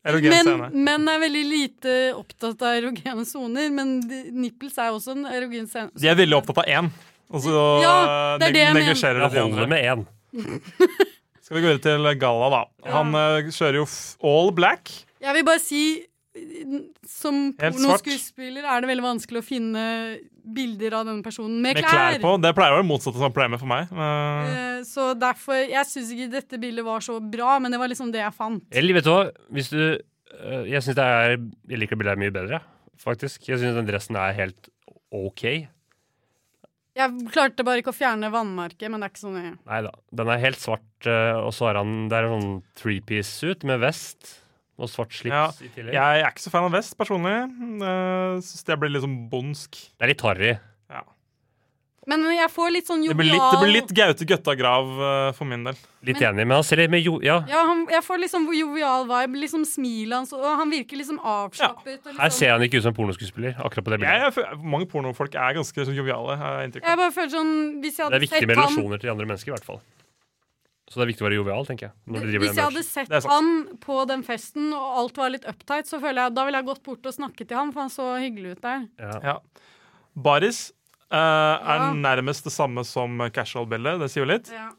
Speaker 3: Erogen
Speaker 6: men,
Speaker 3: scene.
Speaker 6: Menn er veldig lite opptatt av erogene soner, men de- nipples er også en erogen scene.
Speaker 3: De er veldig opptatt av én, og så
Speaker 6: Ja, det er
Speaker 3: neg-
Speaker 6: det jeg mener.
Speaker 3: neglisjerer
Speaker 5: Jeg
Speaker 3: de
Speaker 5: holder
Speaker 3: andre.
Speaker 5: med én.
Speaker 3: Skal vi gå videre til Galla, da. Han eh, kjører jo f- all black.
Speaker 6: Jeg vil bare si eh, som
Speaker 3: Helt svart.
Speaker 6: pornoskuespiller er det veldig vanskelig å finne bilder av denne personen med,
Speaker 3: Med klær på. Det pleier å være det motsatte som er problemet for meg. men-
Speaker 6: Eh, Så derfor Jeg syns ikke dette bildet var så bra, men det var liksom det jeg fant.
Speaker 5: Eller vet du hva, hvis du øh, Jeg syns det er Jeg liker bildet her mye bedre, faktisk. Jeg syns den dressen er helt OK.
Speaker 6: Jeg klarte bare ikke å fjerne vannmarket, men det er ikke sånn jeg
Speaker 5: Nei da. Den er helt svart, øh, og så har han Det er en sånn three-piece-suit med vest og svart slips
Speaker 3: Ja,
Speaker 5: i tillegg.
Speaker 3: Jeg er ikke så fan av vest, personlig. Uh, Syns det blir liksom bondsk.
Speaker 5: Det er litt harry.
Speaker 6: Men jeg får litt sånn
Speaker 3: Det
Speaker 6: jovial
Speaker 3: blir litt, det blir litt Gaute Gøtta Grav eh, for min del.
Speaker 5: Litt enig, men han ser litt med jo... Ja.
Speaker 6: ja, han, jeg får liksom jovial vibe. Liksom smilet hans, og han virker liksom avslappet. og
Speaker 5: Her
Speaker 6: Liksom,
Speaker 5: ser han ikke ut som en pornoskuespiller, akkurat på det
Speaker 3: Jeg,
Speaker 5: bildet.
Speaker 3: er f- mange pornofolk er ganske så joviale. har jeg inntrykk av.
Speaker 6: jeg bare føler sånn Hvis jeg
Speaker 5: Det
Speaker 6: hadde
Speaker 5: er viktig
Speaker 6: sett
Speaker 5: med
Speaker 6: han
Speaker 5: relasjoner til de andre mennesker, i hvert fall. Så det er viktig å være jovial, tenker jeg. Når du driver
Speaker 6: Hvis
Speaker 5: den
Speaker 6: jeg
Speaker 5: bransjen.
Speaker 6: hadde sett
Speaker 3: Det er sant.
Speaker 6: han på den festen, og alt var litt uptight, så føler jeg, da ville jeg gått bort og snakket til ham, for han så hyggelig ut der.
Speaker 5: Ja.
Speaker 3: Ja. Baris eh, er
Speaker 6: Ja.
Speaker 3: nærmest det samme som casual-bildet. Det sier jo litt.
Speaker 5: Ja,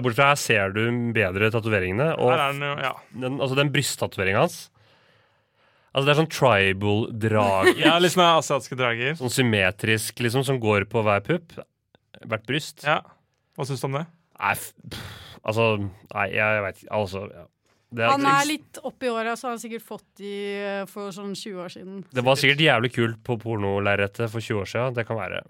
Speaker 5: bortsett fra her ser du bedre tatoveringene. Og
Speaker 3: Her er den jo, ja.
Speaker 5: den, altså den brysttatoveringa hans Altså Det er sånn
Speaker 6: *laughs*
Speaker 5: tribal-drag.
Speaker 3: ja, litt sånne asiatiske drager.
Speaker 5: sånn symmetrisk, liksom, som går på hver pupp. Hvert bryst.
Speaker 3: Ja. Hva syns du om det?
Speaker 5: Nei, f pff, altså Nei, jeg veit ikke. Altså ja. det, liksom-
Speaker 6: Han er litt oppi åra, så har han sikkert fått de eh, for sånn 20 år siden.
Speaker 5: det var sikkert jævlig kult på pornolerretet for 20 år siden. Det kan være.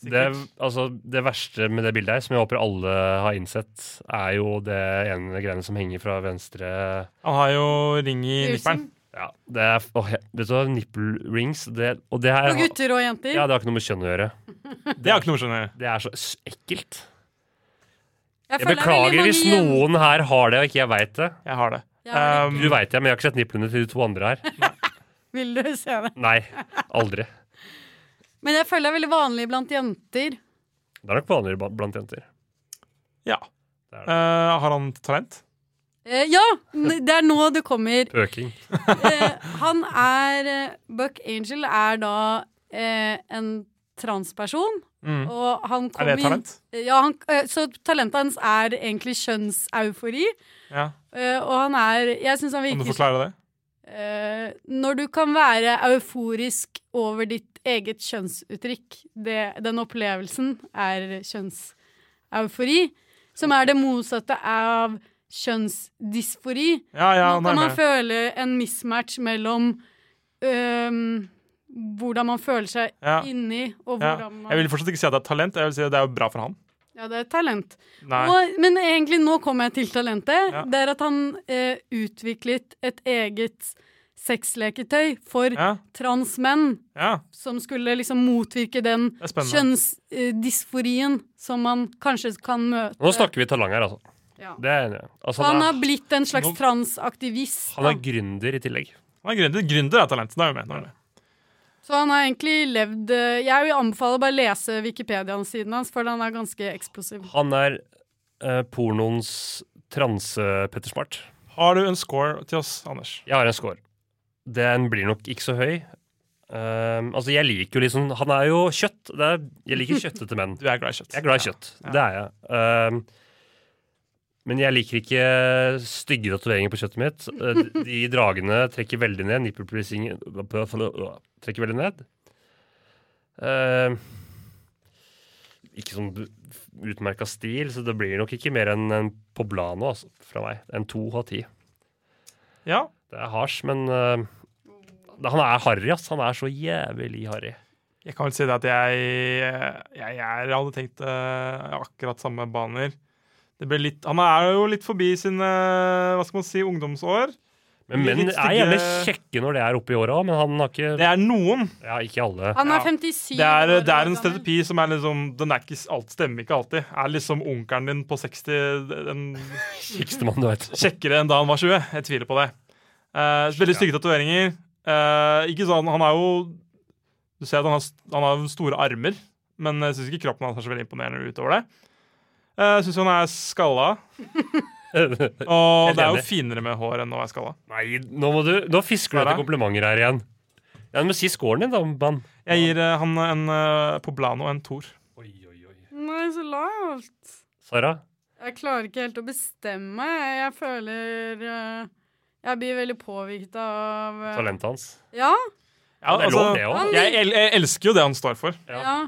Speaker 5: Det, altså, det verste med det bildet her, som jeg håper alle har innsett, er jo det ene greiene som henger fra venstre
Speaker 3: Han har jo ring i nipperen.
Speaker 5: Ja, det er åh, jeg- Vet du hva, nipple rings det, Og det her
Speaker 6: Og gutter og jenter.
Speaker 5: Ja, det har ikke noe med kjønn å gjøre.
Speaker 3: Det har ikke noe å skjønne.
Speaker 5: Det er så s- ekkelt. Jeg
Speaker 6: føler det er veldig
Speaker 5: beklager
Speaker 6: mange
Speaker 5: hvis
Speaker 6: jen-
Speaker 5: noen her har det og ikke jeg veit det.
Speaker 3: Jeg har det.
Speaker 6: Jeg har
Speaker 3: Um,
Speaker 5: Du veit det, men jeg har ikke sett nipplene til de to andre her.
Speaker 6: Vil du se det?
Speaker 5: Nei, aldri.
Speaker 6: Men jeg føler det er veldig vanlig blant jenter.
Speaker 5: Det er nok vanligere ba- blant jenter.
Speaker 3: ja.
Speaker 5: Det er det.
Speaker 3: Eh, har han talent?
Speaker 6: Eh, ja! n- Det er nå det kommer.
Speaker 5: Pøking.
Speaker 6: Eh, han er eh, Buck Angel er da eh, en transperson,
Speaker 3: Mm.
Speaker 6: og han
Speaker 3: Er
Speaker 6: kom
Speaker 3: det
Speaker 6: inn
Speaker 3: et talent?
Speaker 6: Ja, han, eh, så talentet hans er egentlig kjønnseufori.
Speaker 3: Ja.
Speaker 6: eh, Og han er Jeg syns han
Speaker 3: Kan du
Speaker 6: virker
Speaker 3: forklare det?
Speaker 6: eh, Når du kan være euforisk over ditt eget kjønnsuttrykk det, Den opplevelsen er kjønnseufori, som er det motsatte av kjønnsdysfori.
Speaker 3: Ja,
Speaker 6: Nå
Speaker 3: ja, nå er
Speaker 6: kan
Speaker 3: jeg
Speaker 6: man
Speaker 3: med.
Speaker 6: føle en mismatch mellom øhm, hvordan man føler seg
Speaker 3: Ja.
Speaker 6: inni, og
Speaker 3: Ja.
Speaker 6: hvordan man
Speaker 3: Jeg vil fortsatt ikke si at det er talent. Jeg vil si at det er jo bra for han.
Speaker 6: Ja, det er et talent.
Speaker 3: Nei.
Speaker 6: Og, men egentlig, nå kommer jeg til talentet.
Speaker 3: Ja.
Speaker 6: Det er at han eh, utviklet et eget sexleketøy for
Speaker 3: Ja,
Speaker 6: transmenn,
Speaker 3: ja.
Speaker 6: som skulle liksom motvirke den
Speaker 3: Det er spennende.
Speaker 6: kjønnsdysforien som man kanskje kan møte.
Speaker 5: Nå snakker vi talang her, altså.
Speaker 6: Ja.
Speaker 5: Det er jeg enig i. altså,
Speaker 6: Han
Speaker 5: han,
Speaker 6: har blitt en slags
Speaker 3: sånn Nå-
Speaker 6: transaktivist.
Speaker 5: er, han er gründer i tillegg.
Speaker 3: Han er gründer. Gründer er talent. Nå er vi med. Nå er vi med.
Speaker 6: Så han har egentlig levd eh, Jeg vil anbefale å bare lese Wikipedia-siden hans, for han er ganske eksplosiv.
Speaker 5: Han er eh, pornoens transe-Pettersmart.
Speaker 3: Har du en score til oss, Anders?
Speaker 5: Jeg har en score. Den blir nok ikke så høy. Ehm, altså, jeg liker jo liksom Han er jo kjøtt. Det er, jeg liker kjøttete menn.
Speaker 3: Du er glad i kjøtt.
Speaker 5: Jeg er glad i kjøtt. Det er jeg. Ehm, men jeg liker ikke stygge tatoveringer på kjøttet mitt. Eh, de- De dragene trekker veldig ned. Nipple piercing øh, trekker veldig ned. Ehm, ikke sånn utmerka stil, så det blir nok ikke mer enn en poblano altså, fra meg. En to av ti.
Speaker 3: Ja.
Speaker 5: Det er hasj, men eh, han er harry, ass. Han er så jævlig harry.
Speaker 3: Jeg kan vel si det at jeg, jeg, jeg hadde tenkt eh, akkurat samme eh, baner. Det ble litt, han er jo litt forbi sine hva skal man si, ungdomsår,
Speaker 5: Men menn
Speaker 3: Litt
Speaker 5: er gjerne
Speaker 3: stygge-
Speaker 5: kjekke når det er oppe i åra, men han har ikke
Speaker 3: Det er noen.
Speaker 5: Ja, ikke alle.
Speaker 6: Han er
Speaker 3: Ja.
Speaker 6: 57
Speaker 3: Det er,
Speaker 6: år
Speaker 3: det er en
Speaker 6: gammel.
Speaker 3: stereotypi som er liksom Den er ikke, alt stemmer ikke alltid. Er liksom onkelen din på 60 en,
Speaker 5: Kjekkeste mann du vet. *laughs*
Speaker 3: kjekkere enn da han var 20? Jeg tviler på det. Eh, veldig stygge tatoveringer. Eh, ikke sånn Han er jo Du ser at han har, st- han har store armer, men jeg syns ikke kroppen hans er så veldig imponerende utover det. Eh, Jeg syns han er skalla, og
Speaker 5: Helt
Speaker 3: det er jo
Speaker 5: enig.
Speaker 3: finere med hår enn å være skalla.
Speaker 5: Nei, nå, må du, nå fisker du
Speaker 3: Sara?
Speaker 5: etter komplimenter her igjen. Ja, men Si scoren din, da, mann.
Speaker 3: Jeg gir eh, han en eh, poblano, en Thor.
Speaker 6: Nei, så lavt.
Speaker 5: Sara?
Speaker 6: Jeg klarer ikke helt å bestemme meg. Jeg, jeg føler eh, Jeg blir veldig påvirket av eh,
Speaker 5: Talentet hans.
Speaker 6: Ja.
Speaker 3: Ja,
Speaker 5: Det er lov, det
Speaker 6: Han-
Speaker 5: òg.
Speaker 3: Altså, jeg, el jeg elsker jo det han står for.
Speaker 5: Ja.
Speaker 6: ja.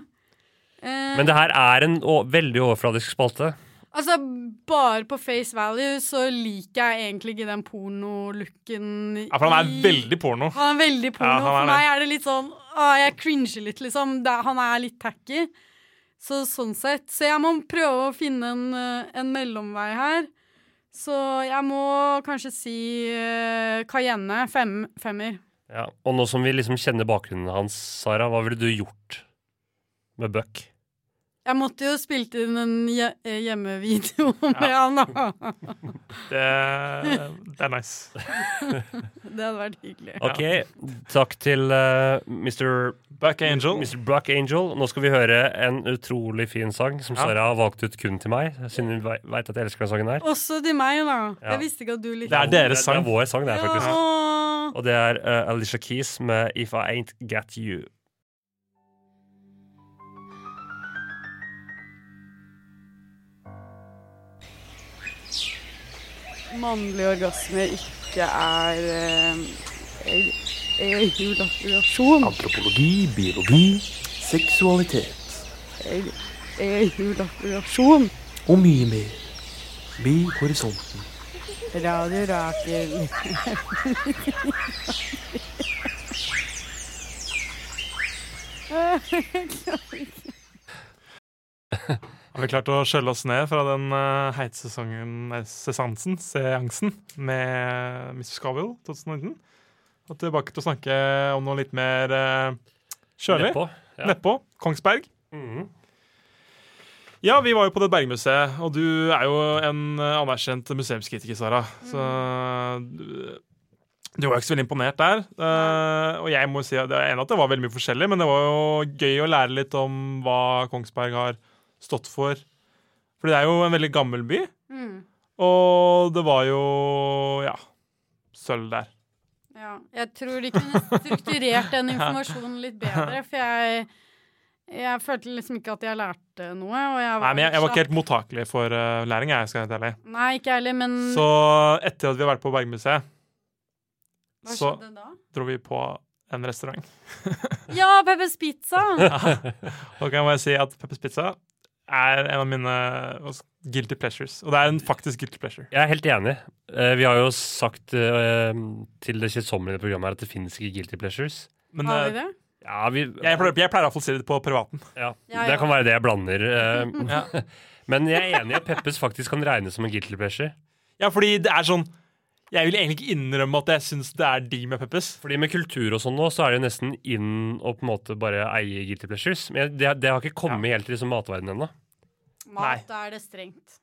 Speaker 6: Eh,
Speaker 5: Men det her er en å, veldig overfladisk spalte.
Speaker 6: altså, bare på face value så liker jeg egentlig ikke den pornolooken
Speaker 3: Ja, for han er
Speaker 6: i-
Speaker 3: veldig porno.
Speaker 6: Han er veldig porno.
Speaker 3: Ja, han er
Speaker 6: For
Speaker 3: det.
Speaker 6: meg er det litt sånn ah, Jeg cringer litt, liksom. Det, er- han er litt tacky. Så sånn sett. Så jeg må prøve å finne en, eh, en mellomvei her. Så jeg må kanskje si eh, Cayenne. Fem, femmer.
Speaker 5: Ja. Og nå som vi liksom kjenner bakgrunnen hans, Sara, hva ville du gjort med Buck?
Speaker 6: Jeg måtte jo spilt inn en hje- eh, hjemmevideo *laughs* med han, da.
Speaker 3: Det, det er nice.
Speaker 6: Det hadde vært hyggelig.
Speaker 5: Ok, takk til eh, Mr.
Speaker 3: Back Angel.
Speaker 5: Mr. Buck Angel. Nå skal vi høre en utrolig fin sang som
Speaker 3: Ja.
Speaker 5: Sara har valgt ut kun til meg, siden hun veit at jeg elsker den sangen her.
Speaker 6: Også til meg, da.
Speaker 5: Ja.
Speaker 6: Jeg visste ikke at du likte
Speaker 3: Det er deres sang.
Speaker 5: Det er vår sang, det er faktisk.
Speaker 6: Ja.
Speaker 5: Og det er eh, Alicia Keys med If I Ain't Get You.
Speaker 8: mannlige orgasmer ikke er eh, ejakulasjon.
Speaker 2: Antropologi, biologi, seksualitet
Speaker 8: Eh, Ejakulasjon.
Speaker 2: og mye mer. Bi horisonten.
Speaker 8: Radio Rakel.
Speaker 3: Har vi klart å skjølle oss ned fra den uh, heitsesongen nei, sesansen, seansen, med Mr. Scoville 2019? Og tilbake til å snakke om noe litt mer eh, kjølig.
Speaker 5: Nedpå. Ja.
Speaker 3: Nedpå. Kongsberg.
Speaker 5: Mhm.
Speaker 3: Ja, vi var jo på det Bergmuseet, og du er jo en eh, anerkjent museumskritiker, Sara. Så du- du var jo ikke så veldig imponert der. Eh, og jeg må jo si at det er enig at det var veldig mye forskjellig, men det var jo gøy å lære litt om hva Kongsberg har stått for. For det er jo en veldig gammel by,
Speaker 6: Mm.
Speaker 3: og det var jo ja, sølv der.
Speaker 6: Ja, jeg tror de kunne strukturert
Speaker 3: *laughs*
Speaker 6: den informasjonen litt bedre, for jeg, jeg følte liksom ikke at jeg lærte noe. Og jeg var,
Speaker 3: Nei, men jeg, jeg var ikke helt mottakelig for eh, læring, jeg skal jeg være helt ærlig.
Speaker 6: Nei, ikke jeg heller, men
Speaker 3: Så etter at vi har vært på Bergmuseet,
Speaker 6: hva
Speaker 3: så
Speaker 6: skjedde da?
Speaker 3: dro vi på en restaurant.
Speaker 6: Ja, Peppers Pizza!
Speaker 3: Og kan jeg bare si at Peppers Pizza er en av mine guilty pleasures. Og det er en faktisk guilty pleasure.
Speaker 5: Jeg er helt enig. Eh, vi har jo sagt eh, til det kjedsommelige programmet her at det finnes ikke guilty pleasures.
Speaker 3: Men
Speaker 6: Har vi
Speaker 3: eh,
Speaker 6: det?
Speaker 5: Ja, vi,
Speaker 3: jeg pleier, jeg pleier iallfall å si det på privaten.
Speaker 5: ja,
Speaker 6: Ja, ja.
Speaker 5: Det kan være det jeg blander.
Speaker 3: *laughs*
Speaker 5: eh, Men jeg er enig i at Peppes faktisk kan regnes som en guilty pleasure.
Speaker 3: Ja, fordi det er sånn Jeg vil egentlig ikke innrømme at jeg syns det er de med Peppers.
Speaker 5: Fordi med kultur og sånn nå, så er det jo nesten inn å på en måte bare eie guilty pleasures. Men jeg- det, det har ikke kommet helt til liksom matverdenen ennå.
Speaker 6: Mat, da er det strengt.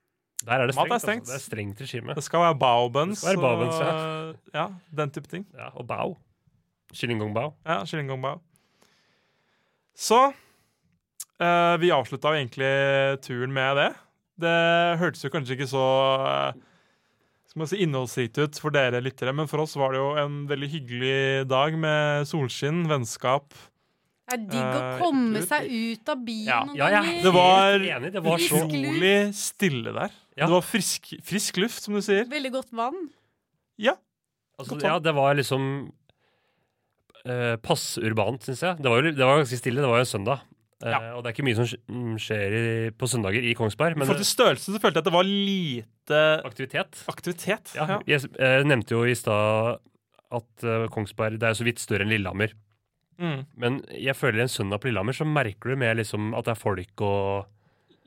Speaker 5: Der er det
Speaker 3: Mat
Speaker 5: strengt. altså.
Speaker 3: er strengt.
Speaker 5: Det er strengt regime.
Speaker 3: Det skal være baobuns
Speaker 5: Det skal være bao buns,
Speaker 3: og ja, den type ting.
Speaker 5: Ja, og bao. Kylling gong bao.
Speaker 3: Ja, Kylling gong bao. Så eh, vi avslutta jo egentlig turen med det. Det hørtes jo kanskje ikke så eh, skal man si, innholdsrikt ut for dere lyttere, men for oss var det jo en veldig hyggelig dag med solskinn, vennskap.
Speaker 6: Det er digg å
Speaker 3: Eh,
Speaker 6: komme
Speaker 3: ut-
Speaker 6: seg ut av byen
Speaker 3: Ja.
Speaker 6: noen
Speaker 5: Ja, jeg er
Speaker 6: ganger.
Speaker 3: Det var-
Speaker 5: helt enig. Det var så
Speaker 6: Frisk luft.
Speaker 3: Utrolig stille der.
Speaker 5: Ja.
Speaker 3: Det var frisk, frisk luft, som du sier.
Speaker 6: Veldig godt vann.
Speaker 3: Ja.
Speaker 5: Altså,
Speaker 3: Godt valg.
Speaker 5: ja, det var liksom eh, pass urbant, syns jeg. Det var, jo, det var ganske stille. Det var jo en søndag. Eh,
Speaker 3: Ja.
Speaker 5: Og det er ikke mye som skj- mm, skjer i, på søndager i Kongsberg,
Speaker 3: I
Speaker 5: men eh,
Speaker 3: forhold til størrelse så følte jeg at det var lite
Speaker 5: aktivitet.
Speaker 3: aktivitet.
Speaker 5: Ja,
Speaker 3: Ja.
Speaker 5: Jeg s- eh, nevnte jo i stad at eh, Kongsberg det er jo så vidt større enn Lillehammer.
Speaker 3: Mm.
Speaker 5: Men jeg føler en søndag på Lillehammer så merker du mer liksom at det er folk og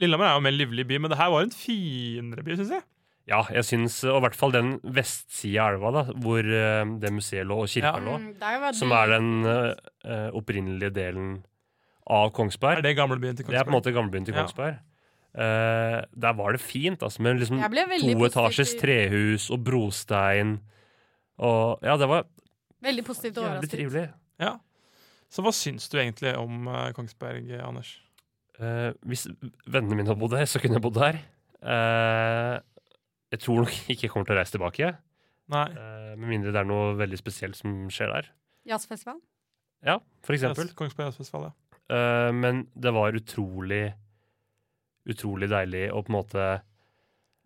Speaker 3: Lillehammer er jo en mer livlig by, men det her var en finere by, syns jeg.
Speaker 5: Ja, jeg syns, og i hvert fall den vestsida av elva, da, hvor eh, det museet lå og kirka
Speaker 3: Ja.
Speaker 5: lå,
Speaker 6: Mm, der var
Speaker 5: som
Speaker 6: det-
Speaker 5: er den eh, eh, opprinnelige delen av Kongsberg.
Speaker 3: Er det gamlebyen til
Speaker 5: Det er på en måte
Speaker 3: Kongsberg?
Speaker 5: gamlebyen til
Speaker 3: Ja.
Speaker 5: Kongsberg. Eh, der var det fint, altså, med liksom
Speaker 6: Jeg ble veldig
Speaker 5: to etasjes
Speaker 6: positiv.
Speaker 5: trehus og brostein. Og ja, det var
Speaker 6: Veldig positivt
Speaker 5: jævlig
Speaker 6: overrasket.
Speaker 5: trivelig.
Speaker 3: Ja. Så hva syns du egentlig om eh, Kongsberg, eh, Anders?
Speaker 5: Eh, hvis vennene mine hadde bodd her, så kunne jeg bodd her. Eh, jeg tror nok ikke jeg kommer til å reise tilbake,
Speaker 3: Nei.
Speaker 5: eh, med mindre det er noe veldig spesielt som skjer der.
Speaker 6: Jazzfestival.
Speaker 5: Ja, for eksempel.
Speaker 3: Jazz- Kongsberg Jazzfestival, ja.
Speaker 5: Eh, men det var utrolig, utrolig deilig å på en måte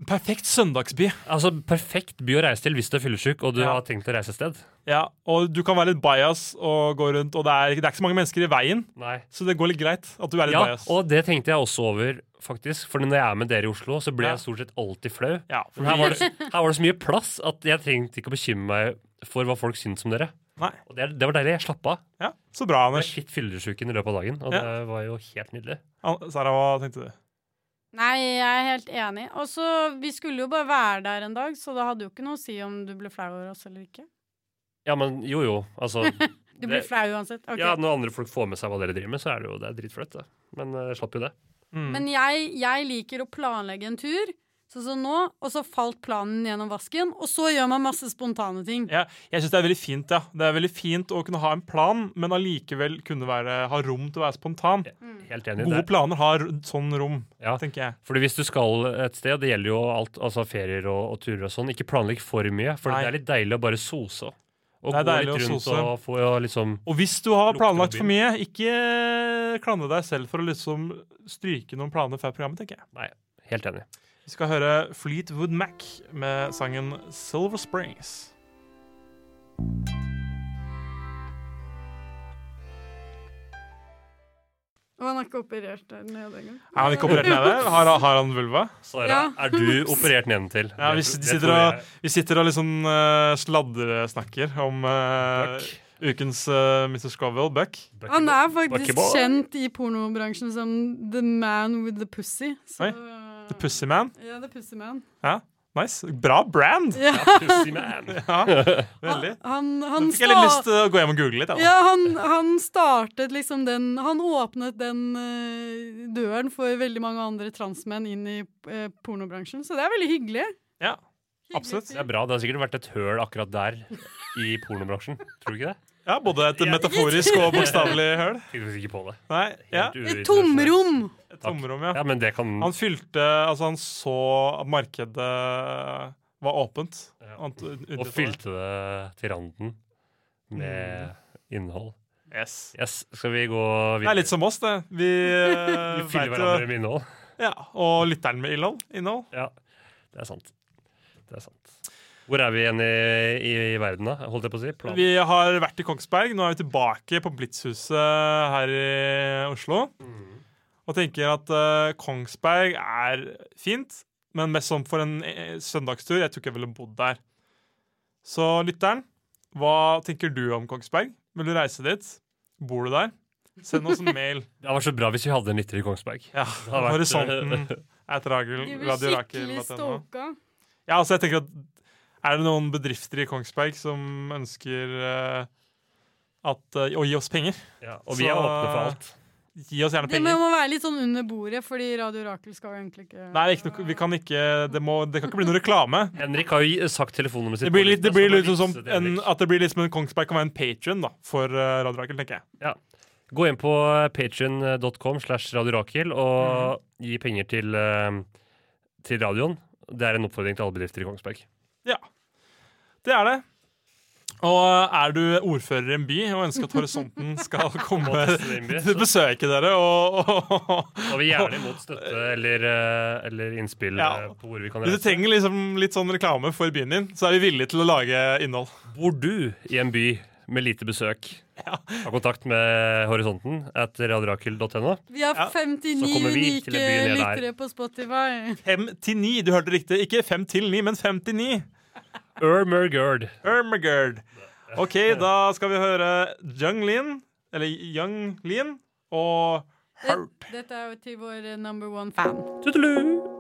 Speaker 3: Perfekt søndagsby.
Speaker 5: Altså, perfekt by å reise til hvis du er fyllesyk og du
Speaker 3: Ja.
Speaker 5: har tenkt å reise et sted.
Speaker 3: Ja, og du kan være litt bias og gå rundt, og det er, ikke- det er ikke så mange mennesker i veien,
Speaker 5: Nei.
Speaker 3: så det går litt greit at du er litt
Speaker 5: Ja,
Speaker 3: bias.
Speaker 5: og det tenkte jeg også over, faktisk. For når jeg er med dere i Oslo, så blir
Speaker 3: Ja.
Speaker 5: jeg stort sett alltid flau.
Speaker 3: Ja, for
Speaker 5: Men her
Speaker 3: *laughs*
Speaker 5: var, det, her var det så mye plass at jeg trengte ikke å bekymre meg for hva folk syntes om dere.
Speaker 3: Nei.
Speaker 5: Og det, det var deilig. Jeg slappa av.
Speaker 3: Ja, så
Speaker 5: Jeg
Speaker 3: bra, Anders.
Speaker 5: var Litt fyllesyken i løpet av dagen, og
Speaker 3: Ja.
Speaker 5: det var jo helt nydelig.
Speaker 3: An- Sara, hva tenkte du?
Speaker 6: Nei, jeg er helt enig. Og så, Vi skulle jo bare være der en dag, så det hadde jo ikke noe å si om du ble flau over oss eller ikke.
Speaker 5: Ja, men jo, jo.
Speaker 3: *laughs*
Speaker 5: Altså
Speaker 6: Du blir
Speaker 5: Det-
Speaker 6: flau uansett. ok.
Speaker 5: Ja, når andre folk får med seg hva dere driver med, så er det jo det er dritflaut, det. Men eh, jeg slapp jo det.
Speaker 3: Mm.
Speaker 6: Men jeg, jeg liker å planlegge en tur, sånn som nå, og så falt planen gjennom vasken, og så gjør man masse spontane ting.
Speaker 3: Ja, jeg syns det er veldig fint, ja. Det er veldig fint å kunne ha en plan, men allikevel kunne være, ha rom til å være spontan.
Speaker 5: Helt enig.
Speaker 3: Mm. Gode
Speaker 5: det.
Speaker 3: planer har sånn rom,
Speaker 5: Ja.
Speaker 3: tenker jeg.
Speaker 5: Fordi hvis du skal et sted, det gjelder jo alt, altså ferier og, og turer og sånn, ikke planlegg for mye, for
Speaker 3: Nei.
Speaker 5: det er litt deilig å bare sose. Og
Speaker 3: Det er
Speaker 5: gå
Speaker 3: deilig
Speaker 5: litt
Speaker 3: å
Speaker 5: rundt
Speaker 3: sose.
Speaker 5: og få ja, liksom
Speaker 3: Og hvis du har
Speaker 5: Lukter
Speaker 3: planlagt
Speaker 5: mobil.
Speaker 3: for mye, ikke klandre deg selv for å liksom stryke noen planer før programmet, tenker jeg.
Speaker 5: Nei, helt enig.
Speaker 3: Vi skal høre Fleetwood Mac med sangen Silver Springs.
Speaker 6: Og han er ikke operert der nede engang.
Speaker 3: Er han ikke operert nede? Har, har han vulva?
Speaker 5: Sara,
Speaker 6: Ja.
Speaker 5: er
Speaker 6: *laughs*
Speaker 5: du operert nedentil?
Speaker 3: Ja, vi,
Speaker 5: Det-
Speaker 3: sit-
Speaker 5: det
Speaker 3: sitter
Speaker 5: tror
Speaker 3: og, vi sitter og liksom eh, sladresnakker om eh,
Speaker 5: jeg-
Speaker 3: ukens eh, Mr. Scoville, Buck.
Speaker 5: Bucky
Speaker 6: Han
Speaker 5: Bo-
Speaker 6: er faktisk
Speaker 5: Bucky Bo-
Speaker 6: kjent i pornobransjen som The Man With The Pussy. Så, eh,
Speaker 3: Oi, The Pussyman.
Speaker 6: Ja, The Pussy Man.
Speaker 3: Ja, nice. Bra brand!
Speaker 5: *laughs* Pussy man.
Speaker 3: Ja, veldig.
Speaker 6: Han,
Speaker 3: Nå
Speaker 6: han,
Speaker 3: fikk jeg litt
Speaker 6: sta-
Speaker 3: lyst til å gå hjem og google litt. jeg, da.
Speaker 6: ja, han, han startet liksom den Han åpnet den eh, døren for veldig mange andre transmenn inn i eh, pornobransjen, så det er veldig hyggelig.
Speaker 3: Ja,
Speaker 6: Hyggelig
Speaker 3: absolutt.
Speaker 5: Det er bra. Det har sikkert vært et høl akkurat der i pornobransjen. Tror du ikke det?
Speaker 3: Ja, både et metaforisk
Speaker 5: *laughs*
Speaker 3: og bokstavelig høl.
Speaker 5: Jeg Tenkte faktisk ikke på det.
Speaker 3: Nei, ja,
Speaker 5: Helt
Speaker 6: Et
Speaker 5: uinteressant.
Speaker 6: tomrom!
Speaker 3: et tomrom, ja.
Speaker 5: Ja, men det kan
Speaker 3: Han fylte Altså, han så at markedet var åpent. Han t- utnyttet
Speaker 5: Og
Speaker 3: det.
Speaker 5: fylte det til randen med innhold.
Speaker 3: Yes.
Speaker 5: Yes, skal vi gå
Speaker 3: Mm. Det er
Speaker 5: videre?
Speaker 3: litt som oss, det. Vi,
Speaker 5: *laughs*
Speaker 3: eh,
Speaker 5: Vi fyller
Speaker 3: vet
Speaker 5: hverandre
Speaker 3: jo
Speaker 5: med innhold.
Speaker 3: ja, Og lytteren med innhold. innhold.
Speaker 5: Ja, det er sant. Det er sant. Hvor er vi igjen i, i, i verden, da? Holdt jeg på å si? Plan.
Speaker 3: Vi har vært i Kongsberg. Nå er vi tilbake på Blitzhuset her i Oslo.
Speaker 5: Mm.
Speaker 3: Og tenker at eh, Kongsberg er fint, men mest som for en eh, søndagstur. Jeg tror ikke jeg ville bodd der. Så lytteren, hva tenker du om Kongsberg? Vil du reise dit? Bor du der? Send
Speaker 5: *laughs*
Speaker 3: oss en mail.
Speaker 5: Det hadde vært så bra hvis vi hadde en lytter i Kongsberg.
Speaker 3: Ja,
Speaker 5: har vært- eh,
Speaker 3: Horisonten at
Speaker 6: De
Speaker 3: radio-
Speaker 6: blir skikkelig
Speaker 3: radiorakel.no.
Speaker 6: stalka.
Speaker 3: Ja, altså jeg tenker at Er det noen bedrifter i Kongsberg som ønsker eh, at, eh, å gi oss penger?
Speaker 5: Ja, og vi er
Speaker 3: Så-
Speaker 5: åpne for alt.
Speaker 3: Gi oss gjerne
Speaker 6: Det må
Speaker 3: penger.
Speaker 6: må være litt sånn under bordet, fordi Radio Rakel skal jo egentlig ikke
Speaker 3: Nei, ikke noe, vi kan ikke, det, må, det kan ikke bli noe reklame.
Speaker 5: Henrik har jo sagt telefonnummeret sitt.
Speaker 3: Det blir
Speaker 5: på
Speaker 3: litt, det
Speaker 5: lista,
Speaker 3: blir
Speaker 5: så må
Speaker 3: litt sånn som
Speaker 5: vise til
Speaker 3: en,
Speaker 5: Henrik.
Speaker 3: at det blir litt som en Kongsberg kan være en patron da, for eh, Radio Rakel, tenker jeg.
Speaker 5: Gå inn på eh, patreon.com slash radiorakel og gi penger til, eh, til radioen. Det er en oppfordring til alle bedrifter i Kongsberg.
Speaker 3: Ja, det er det. Og eh, er du ordfører i en by og ønsker at Horisonten
Speaker 6: *laughs*
Speaker 3: skal komme
Speaker 5: Og teste din by, så-
Speaker 3: besøke dere og, og, og
Speaker 5: Og vi gjerne imot støtte eller, eh, eller innspill
Speaker 3: Ja.
Speaker 5: eh, på hvor vi kan
Speaker 3: Hvis du
Speaker 5: reise.
Speaker 3: trenger liksom litt sånn reklame for byen din, så er vi villige til å lage innhold.
Speaker 5: Bor du i en by med lite besøk? Ta kontakt med Horisonten at radiorakel.no.
Speaker 6: Vi har
Speaker 3: Ja,
Speaker 6: 59
Speaker 5: så kommer vi
Speaker 6: unike
Speaker 5: til å begynne der.
Speaker 6: lyttere på Spotify.
Speaker 3: Fem til ni. Du hørte riktig. Ikke fem til ni, men fem til ni.
Speaker 5: Ermergird.
Speaker 3: Ermagerd. OK, da skal vi høre Jung Lin, eller Young Lin, og
Speaker 6: Dette er jo til vår eh, number one fan.
Speaker 5: Tutulu.